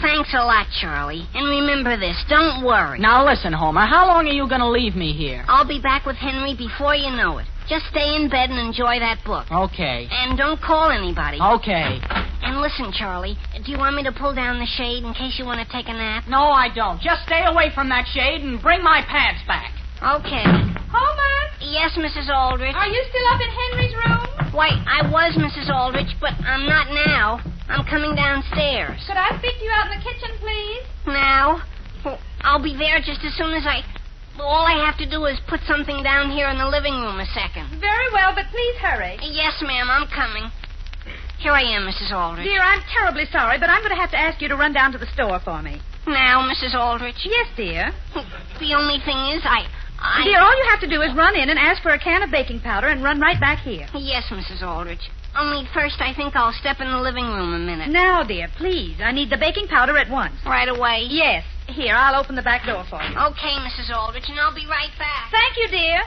Speaker 1: Thanks a lot, Charlie. And remember this don't worry.
Speaker 23: Now listen, Homer. How long are you going to leave me here?
Speaker 1: I'll be back with Henry before you know it. Just stay in bed and enjoy that book.
Speaker 23: Okay.
Speaker 1: And don't call anybody.
Speaker 23: Okay.
Speaker 1: And listen, Charlie, do you want me to pull down the shade in case you want to take a nap?
Speaker 23: No, I don't. Just stay away from that shade and bring my pants back.
Speaker 1: Okay.
Speaker 9: Homer,
Speaker 1: Yes, Mrs. Aldrich.
Speaker 9: are you still up in Henry's room?
Speaker 1: Why, I was Mrs. Aldrich, but I'm not now. I'm coming downstairs.
Speaker 9: Could I speak to you out in the kitchen, please?
Speaker 1: Now? Well, I'll be there just as soon as I. All I have to do is put something down here in the living room a second.
Speaker 9: Very well, but please hurry.
Speaker 1: Yes, ma'am, I'm coming. Here I am, Mrs. Aldrich.
Speaker 7: Dear, I'm terribly sorry, but I'm going to have to ask you to run down to the store for me.
Speaker 1: Now, Mrs. Aldrich.
Speaker 7: Yes, dear.
Speaker 1: The only thing is, I. I...
Speaker 7: Dear, all you have to do is run in and ask for a can of baking powder and run right back here.
Speaker 1: Yes, Mrs. Aldrich. Only first, I think I'll step in the living room a minute.
Speaker 7: Now, dear, please. I need the baking powder at once.
Speaker 1: Right away.
Speaker 7: Yes. Here, I'll open the back door for you. Oh,
Speaker 1: Okay, Mrs. Aldrich, and I'll be right back.
Speaker 7: Thank you, dear.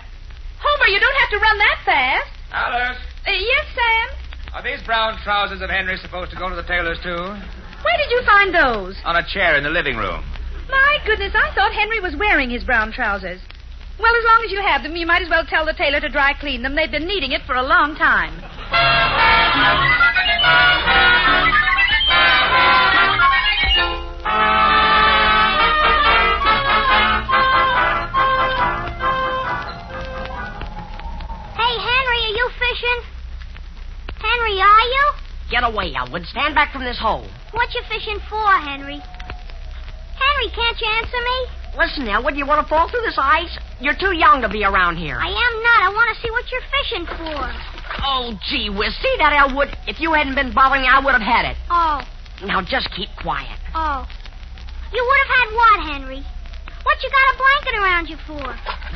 Speaker 7: Homer, you don't have to run that fast.
Speaker 6: Alice,
Speaker 7: Uh, yes,
Speaker 6: are
Speaker 7: Sam.
Speaker 6: these brown trousers of Henry's supposed to go to the tailor's, too?
Speaker 7: Where did you find those?
Speaker 6: On a chair in the living room.
Speaker 7: My goodness, I thought Henry was wearing his brown trousers. Well, as long as you have them, you might as well tell the tailor to dry clean them. They've been needing it for a long time.
Speaker 29: Hey, Henry, are you fishing? Henry, are you?
Speaker 28: Get away, Elwood. Stand back from this hole.
Speaker 29: What you fishing for, Henry? Henry, can't you answer me?
Speaker 28: Listen, Elwood, you want to fall through this ice? You're too young to be around here.
Speaker 29: I am not. I want to see what you're fishing for.
Speaker 28: Oh, gee whiz. See that, Elwood? If you hadn't been bothering me, I would have had it.
Speaker 29: Oh,
Speaker 28: Now just keep quiet.
Speaker 29: oh. You would have had what, Henry? What you got a blanket around you for?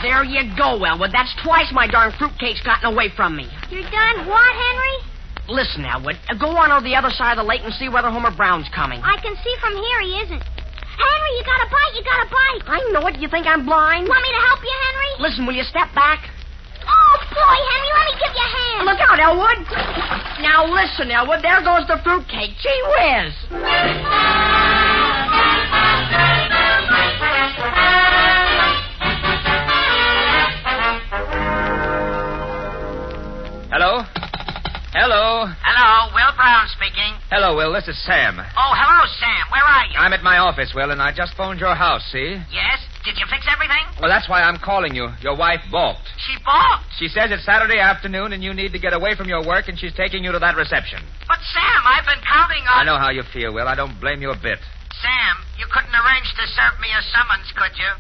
Speaker 28: There you go, Elwood. That's twice my darn fruitcake's gotten away from me.
Speaker 29: You're done what, Henry?
Speaker 28: Listen, Elwood, uh, go on over the other side of the lake and see whether Homer Brown's coming.
Speaker 29: I can see from here he isn't. Henry, you got a bite. You got a bite.
Speaker 28: I know it. You think I'm blind?
Speaker 29: Want me to help you, Henry?
Speaker 28: Listen, will you step back?
Speaker 29: Oh, boy, Henry, let me give you a hand.
Speaker 28: Look out, Elwood. Now listen, Elwood, there goes the fruitcake. Gee whiz.
Speaker 6: Hello? Hello?
Speaker 10: Hello, Will Brown speaking.
Speaker 6: Hello, Will. This is Sam.
Speaker 10: Oh, hello, Sam. Where are you?
Speaker 6: I'm at my office, Will, and I just phoned your house, see?
Speaker 10: Yes? Did you fix everything?
Speaker 6: Well, that's why I'm calling you. Your wife balked.
Speaker 10: She balked.
Speaker 6: She says it's Saturday afternoon and you need to get away from your work, and she's taking you to that reception.
Speaker 10: But, Sam, I've been counting
Speaker 6: I
Speaker 10: on.
Speaker 6: know how you feel, Will. I don't blame you a bit.
Speaker 10: Sam, you couldn't arrange to serve me a summons, could you?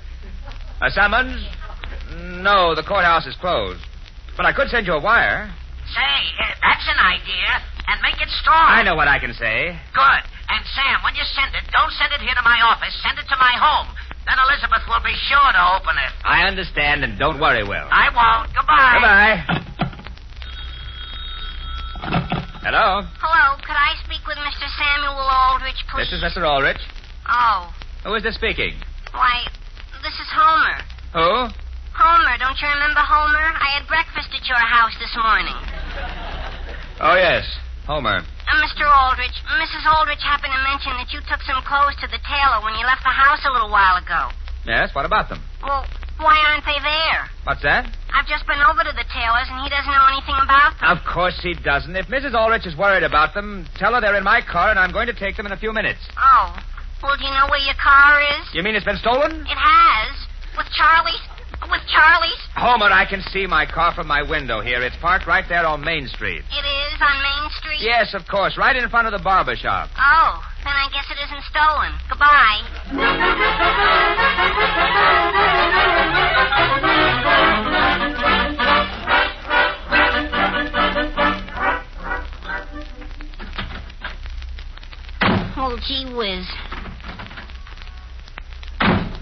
Speaker 6: A summons? No, the courthouse is closed. But I could send you a wire.
Speaker 10: Say, eh, that's an idea. And make it strong.
Speaker 6: Ah. I know what I can say.
Speaker 10: Good. And Sam, when you send it, don't send it here to my office. Send it to my home. Then Elizabeth will be sure to open it.
Speaker 6: I understand, and don't worry, Will.
Speaker 10: I won't. Goodbye.
Speaker 6: Goodbye. Hello.
Speaker 1: Hello, could I speak with Mr. Samuel Aldrich, please?
Speaker 6: This is Mr. Ulrich.
Speaker 1: Oh,
Speaker 6: Who is this speaking?
Speaker 1: why, this is Homer.
Speaker 6: Who?
Speaker 1: Homer, don't you remember Homer? I had breakfast at your house this morning.
Speaker 6: Oh, yes. Homer.
Speaker 1: Uh, Mr. Aldrich, Mrs. Aldrich happened to mention that you took some clothes to the tailor when you left the house a little while ago.
Speaker 6: Yes, what about them?
Speaker 1: Well, why aren't they there?
Speaker 6: What's that?
Speaker 1: I've just been over to the tailor's and he doesn't know anything about them.
Speaker 6: Of course he doesn't. If Mrs. Ulrich is worried about them, tell her they're in my car and I'm going to take them in a few minutes.
Speaker 1: Oh. Well, do you know where your car is?
Speaker 6: You mean it's been stolen?
Speaker 1: It has. With Charlie's. With Charlie's.
Speaker 21: Oh.
Speaker 6: Homer, I can see my car from my window here. It's parked right there on Main Street.
Speaker 1: It is on Main Street?
Speaker 6: Yes, of course, right in front of the barber shop.
Speaker 1: Oh, then I guess it isn't stolen. Goodbye. Well, Oh, gee whiz.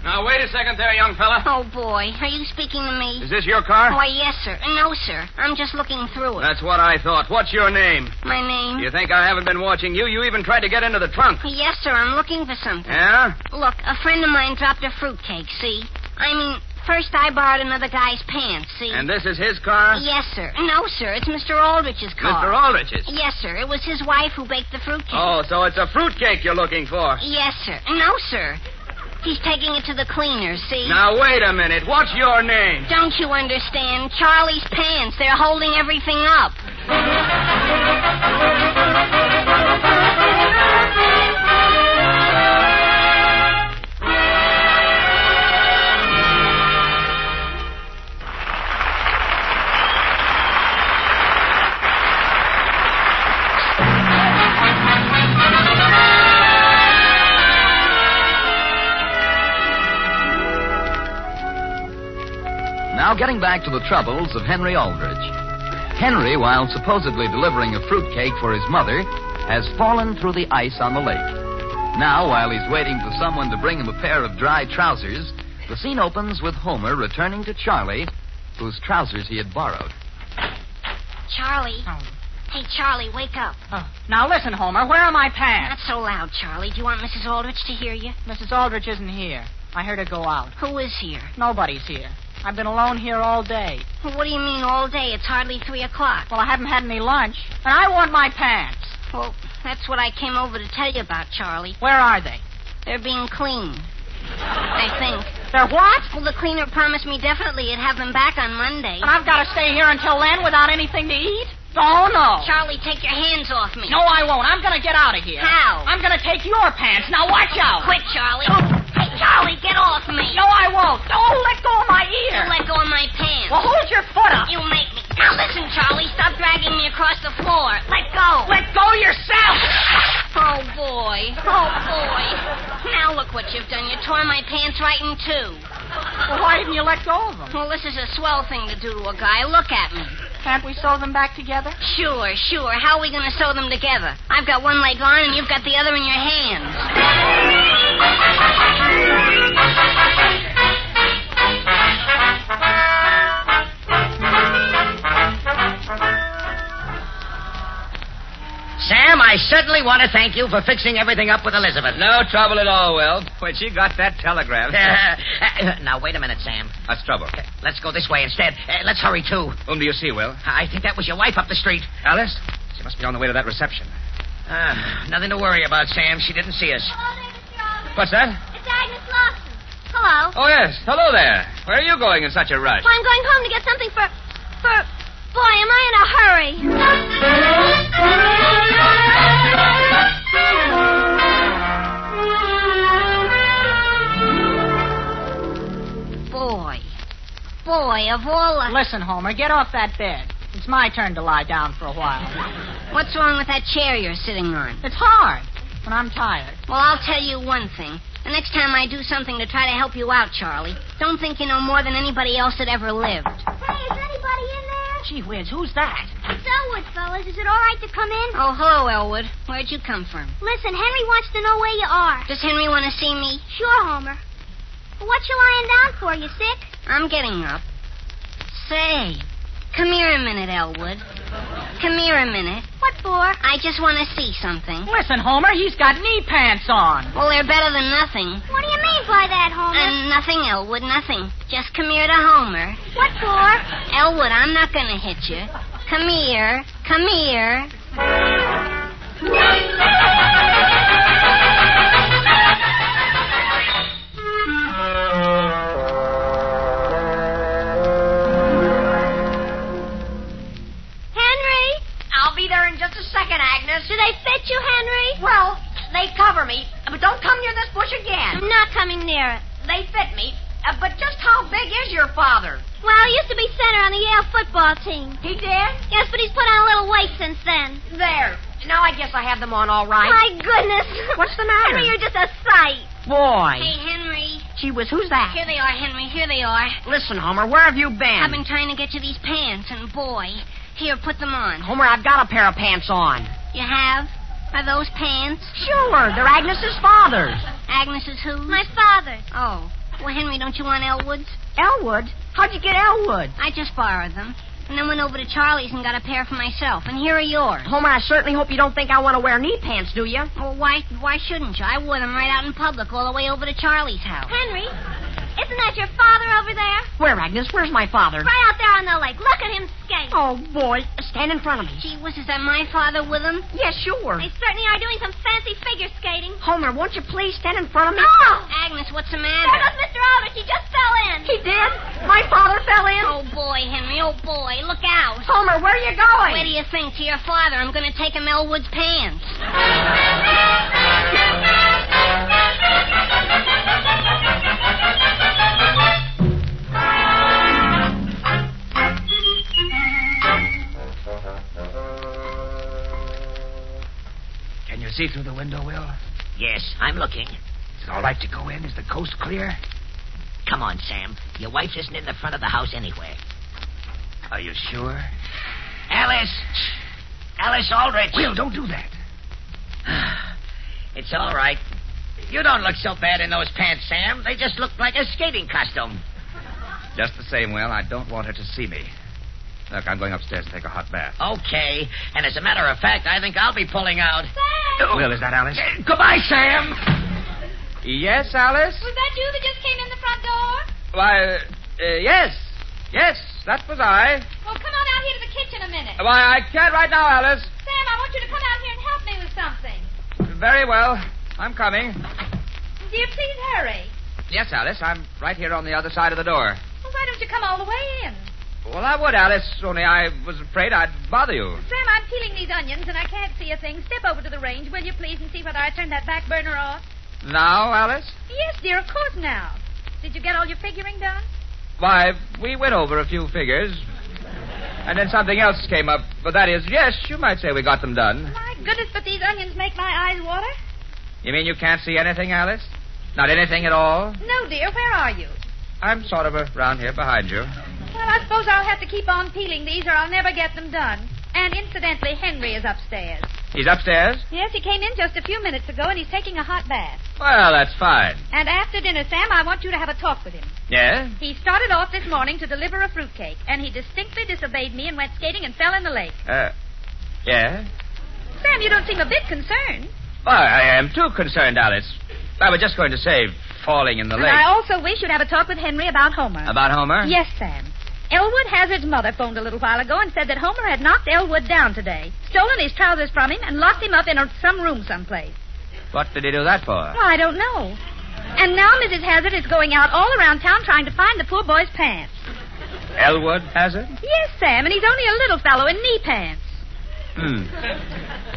Speaker 21: Now, wait a second there, young fella.
Speaker 1: Oh, boy. Are you speaking to me?
Speaker 21: Is this your car?
Speaker 1: Why, yes, sir. No, sir. I'm just looking through it.
Speaker 21: That's what I thought. What's your name?
Speaker 1: My name?
Speaker 21: Uh, You think I haven't been watching you? You even tried to get into the trunk.
Speaker 1: Yes, sir. I'm looking for something.
Speaker 21: Yeah?
Speaker 1: Look, a friend of mine dropped a fruitcake, see? I mean, first I borrowed another guy's pants, see?
Speaker 21: And uh, this is his car?
Speaker 1: Yes, sir. No, sir. It's Mr. Aldrich's car.
Speaker 21: Mr. Aldrich's?
Speaker 1: Yes, sir. It was his wife who baked the fruitcake.
Speaker 21: Oh, so it's a fruitcake you're looking for.
Speaker 1: Yes, sir. No, sir. He's taking it to the cleaners, see?
Speaker 21: Now, wait a minute. What's your name?
Speaker 1: Don't you understand? Charlie's pants. They're holding everything up.
Speaker 3: Now, getting back to the troubles of Henry Aldrich. Henry, while supposedly delivering a fruitcake for his mother, has fallen through the ice on the lake. Now, while he's waiting for someone to bring him a pair of dry trousers, the scene opens with Homer returning to Charlie, whose trousers he had borrowed.
Speaker 1: Charlie. Hey, Charlie, wake up.
Speaker 28: Now listen, Homer, where are my pants?
Speaker 1: Not so loud, Charlie. Do you want Mrs. Aldrich to hear you?
Speaker 28: Mrs. Aldrich isn't here. I heard her go out.
Speaker 1: Who is here?
Speaker 28: Nobody's here. I've been alone here all day.
Speaker 1: Well, What do you mean all day? It's hardly three o'clock.
Speaker 28: Well, I haven't had any lunch, and I want my pants.
Speaker 1: Well, that's what I came over to tell you about, Charlie.
Speaker 28: Where are they?
Speaker 1: They're being cleaned. I think.
Speaker 28: They're what?
Speaker 1: Well, the cleaner promised me definitely he'd have them back on Monday.
Speaker 28: And I've got to stay here until then without anything to eat? Oh, no.
Speaker 1: Charlie, take your hands off me.
Speaker 28: No, I won't. I'm going to get out of here.
Speaker 1: How?
Speaker 28: I'm going to take your pants. Now, watch out.
Speaker 1: Quit, Charlie. Hey, Charlie, get off me.
Speaker 28: No, I won't. Oh, let go of my
Speaker 1: You
Speaker 28: ear.
Speaker 1: let go of my pants.
Speaker 28: Well, hold your foot up.
Speaker 1: You make me. Now listen, Charlie. Stop dragging me across the floor. Let go.
Speaker 28: Let go yourself.
Speaker 1: Oh boy. Oh
Speaker 28: [laughs]
Speaker 1: boy. Now look what you've done. You tore my pants right in two.
Speaker 28: Well, why didn't you let go of them?
Speaker 1: Well, this is a swell thing to do to a guy. Look at me.
Speaker 28: Can't we sew them back together?
Speaker 1: Sure, sure. How are we going to sew them together? I've got one leg on and you've got the other in your hands.
Speaker 10: Sam, I certainly want to thank you for fixing everything up with Elizabeth. Uh,
Speaker 6: No trouble at all, Will. When she got that
Speaker 10: [laughs]
Speaker 6: telegram.
Speaker 10: now, wait a minute, Sam. Uh,
Speaker 6: That's trouble.
Speaker 10: Let's go this way instead. Uh, let's hurry, too.
Speaker 6: Whom do you see, Will?
Speaker 10: I think that was your wife up the street.
Speaker 6: Alice? She must be on the way to that reception.
Speaker 10: Ah, nothing to worry about, Sam. She didn't see us.
Speaker 6: What's that?
Speaker 29: It's Agnes Lawson.
Speaker 6: Oh,
Speaker 29: Hello.
Speaker 6: yes. Hello there. Where are you going in such a rush?
Speaker 29: Well, I'm going home to get something for. for. Boy, am I in a hurry.
Speaker 1: Boy. Boy, of all the...
Speaker 28: Listen, Homer, get off that bed. It's my turn to lie down for a while.
Speaker 1: What's wrong with that chair you're sitting on?
Speaker 28: It's hard when I'm tired.
Speaker 1: Well, I'll tell you one thing. The next time I do something to try to help you out, Charlie, don't think you know more than anybody else that ever lived.
Speaker 29: Hey, is anybody in there?
Speaker 28: Gee whiz, who's that?
Speaker 29: It's Elwood, fellas. Is it all right to come come in?
Speaker 1: Oh, hello, Elwood. Where'd you come from?
Speaker 29: Listen, Henry wants to know where you are.
Speaker 1: Does Henry want to see me?
Speaker 29: Sure, Homer. What you lying down for? You sick?
Speaker 1: I'm getting up. Say, come here a minute, Elwood. Come here a minute.
Speaker 29: What for?
Speaker 1: I just want to see something.
Speaker 30: Listen, Homer, he's got knee pants on.
Speaker 1: Well, they're better than nothing.
Speaker 29: What do you mean by that, Homer?
Speaker 1: And nothing, Elwood, nothing. Just come here to Homer.
Speaker 29: What for?
Speaker 1: Elwood, I'm not going to hit you. Come here. Come here.
Speaker 29: Henry!
Speaker 28: I'll be there in just a second, Agnes.
Speaker 29: Do they fit you, Henry?
Speaker 28: Well, they cover me, but don't come near this bush again.
Speaker 29: I'm not coming near it.
Speaker 28: They fit me, uh, but just how big is your father?
Speaker 29: Well, he used to be center on the Yale football team.
Speaker 28: He did?
Speaker 29: Yes, but he's put on a little weight since then.
Speaker 28: There. Now I guess I have them on all right.
Speaker 29: My goodness.
Speaker 28: What's
Speaker 29: [laughs]
Speaker 28: the matter?
Speaker 29: Henry, you're just a sight.
Speaker 28: Boy.
Speaker 1: Hey, Henry.
Speaker 28: Gee whiz, who's that?
Speaker 1: Here they are, Henry. Here they are.
Speaker 28: Listen, Homer, where have you been?
Speaker 1: I've been trying to get you these pants, and boy, here, put them on.
Speaker 28: Homer, I've got a pair of pants on.
Speaker 1: You have? Are those pants?
Speaker 28: Sure, they're Agnes's father's.
Speaker 1: Agnes is whose?
Speaker 29: My father's.
Speaker 1: Oh. Well, Henry, don't you want Elwood's?
Speaker 28: Elwood? How'd you get Elwood?
Speaker 1: I just borrowed them. And then went over to Charlie's and got a pair for myself. And here are yours.
Speaker 28: Homer, I certainly hope you don't think I want to wear knee pants, do you?
Speaker 1: Well, why why shouldn't you? I wore them right out in public all the way over to Charlie's house.
Speaker 29: Henry, isn't that your father over there?
Speaker 28: Where, Agnes? Where's my father?
Speaker 29: Right out there on the lake. Look at him skate.
Speaker 28: Oh, boy. Stand in front of me.
Speaker 1: Gee whiz, is that my father with him?
Speaker 28: Yes, sure.
Speaker 29: They certainly are doing some fancy figure skating.
Speaker 28: Homer, won't you please stand in front of me?
Speaker 29: No!
Speaker 1: Agnes, what's the
Speaker 29: There
Speaker 1: matter?
Speaker 29: goes Mr. Aldrich. He just fell in.
Speaker 28: He did? My father fell in?
Speaker 1: Oh, boy, Henry. Oh, boy. Look out.
Speaker 28: Homer, where are you going?
Speaker 1: Where do you think? To your father. I'm going to take him Elwood's pants.
Speaker 6: Can you see through the window, Will?
Speaker 10: Yes, I'm looking.
Speaker 6: Is it all right to go in? Is the coast clear?
Speaker 10: Come on, Sam. Your wife isn't in the front of the house anywhere.
Speaker 6: Are you sure?
Speaker 10: Alice! Alice Aldrich!
Speaker 6: Will, don't do that.
Speaker 10: [sighs] It's all right. You don't look so bad in those pants, Sam. They just look like a skating costume.
Speaker 6: Just the same, Will, I don't want her to see me. Look, I'm going upstairs to take a hot bath.
Speaker 10: Okay. And as a matter of fact, I think I'll be pulling out.
Speaker 6: Oh. Will, is that Alice?
Speaker 10: Uh, Goodbye, Sam.
Speaker 6: Yes, Alice?
Speaker 7: Was that you that just came in the front door?
Speaker 6: Why, uh, uh, yes. Yes, that was I.
Speaker 7: Well, come on out here to the kitchen a minute.
Speaker 6: Why, I can't right now, Alice.
Speaker 7: Sam, I want you to come out here and help me with something.
Speaker 6: Very well. I'm coming.
Speaker 7: Do you please hurry?
Speaker 6: Yes, Alice, I'm right here on the other side of the door.
Speaker 7: Well, why don't you come all the way in?
Speaker 6: Well, I would, Alice, only I was afraid I'd bother you.
Speaker 7: Sam, I'm peeling these onions and I can't see a thing. Step over to the range, will you please, and see whether I turn that back burner off?
Speaker 6: Now, Alice?
Speaker 7: Yes, dear, of course now. Did you get all your figuring done?
Speaker 6: Why, we went over a few figures. And then something else came up. But that is, yes, you might say we got them done.
Speaker 7: My goodness, but these onions make my eyes water.
Speaker 6: You mean you can't see anything, Alice? Not anything at all?
Speaker 7: No, dear, where are you?
Speaker 6: I'm sort of around here behind you.
Speaker 7: Well, I suppose I'll have to keep on peeling these or I'll never get them done. And incidentally, Henry is upstairs.
Speaker 6: He's upstairs?
Speaker 7: Yes, he came in just a few minutes ago and he's taking a hot bath.
Speaker 6: Well, that's fine.
Speaker 7: And after dinner, Sam, I want you to have a talk with him.
Speaker 6: Yeah?
Speaker 7: He started off this morning to deliver a fruitcake, and he distinctly disobeyed me and went skating and fell in the lake.
Speaker 6: Uh, yeah?
Speaker 7: Sam, you don't seem a bit concerned.
Speaker 6: Well, I am too concerned, Alice. I was just going to say falling in the
Speaker 7: and
Speaker 6: lake.
Speaker 7: I also wish you'd have a talk with Henry about Homer.
Speaker 6: About Homer?
Speaker 7: Yes, Sam. Elwood Hazard's mother phoned a little while ago and said that Homer had knocked Elwood down today, stolen his trousers from him, and locked him up in a, some room someplace.
Speaker 6: What did he do that for?
Speaker 7: Well, I don't know. And now Mrs. Hazard is going out all around town trying to find the poor boy's pants.
Speaker 6: Elwood Hazard?
Speaker 7: Yes, Sam, and he's only a little fellow in knee pants.
Speaker 6: Hmm.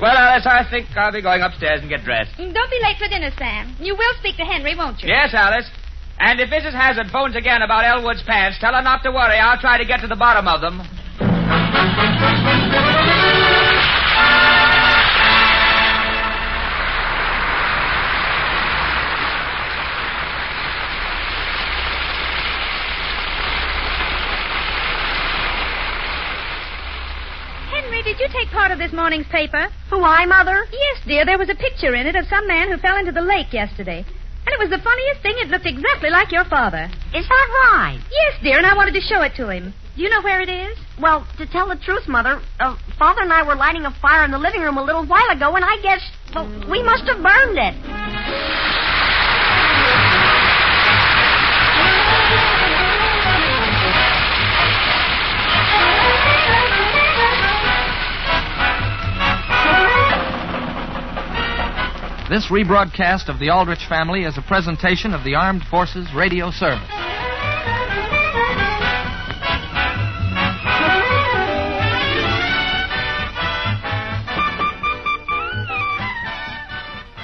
Speaker 6: Well, Alice, I think I'll be going upstairs and get dressed.
Speaker 7: Mm, Don't be late for dinner, Sam. You will speak to Henry, won't you?
Speaker 6: Yes, Alice. And if Mrs. Hazard phones again about Elwood's pants, tell her not to worry. I'll try to get to the bottom of them.
Speaker 7: Henry, did you take part of this this morning's paper? Why, Mother? Yes, dear. There was a picture in it of some man who fell into the lake yesterday. And it was the funniest thing. It looked exactly like your father. Is that right? Yes, dear, and I wanted to show it to him. Do you know where it is?
Speaker 28: Well, to tell the truth, Mother, uh, Father and I were lighting a fire in the living room a little while ago, and I guess well, we must have burned it.
Speaker 27: This rebroadcast of the Aldrich family is a presentation of the Armed Forces Radio Service.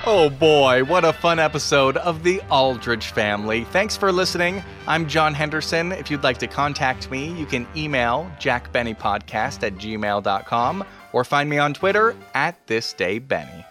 Speaker 2: Oh boy, what a fun episode of The Aldridge Family. Thanks for listening. I'm John Henderson. If you'd like to contact me, you can email jackbennypodcast at gmail.com or find me on Twitter at thisdaybenny.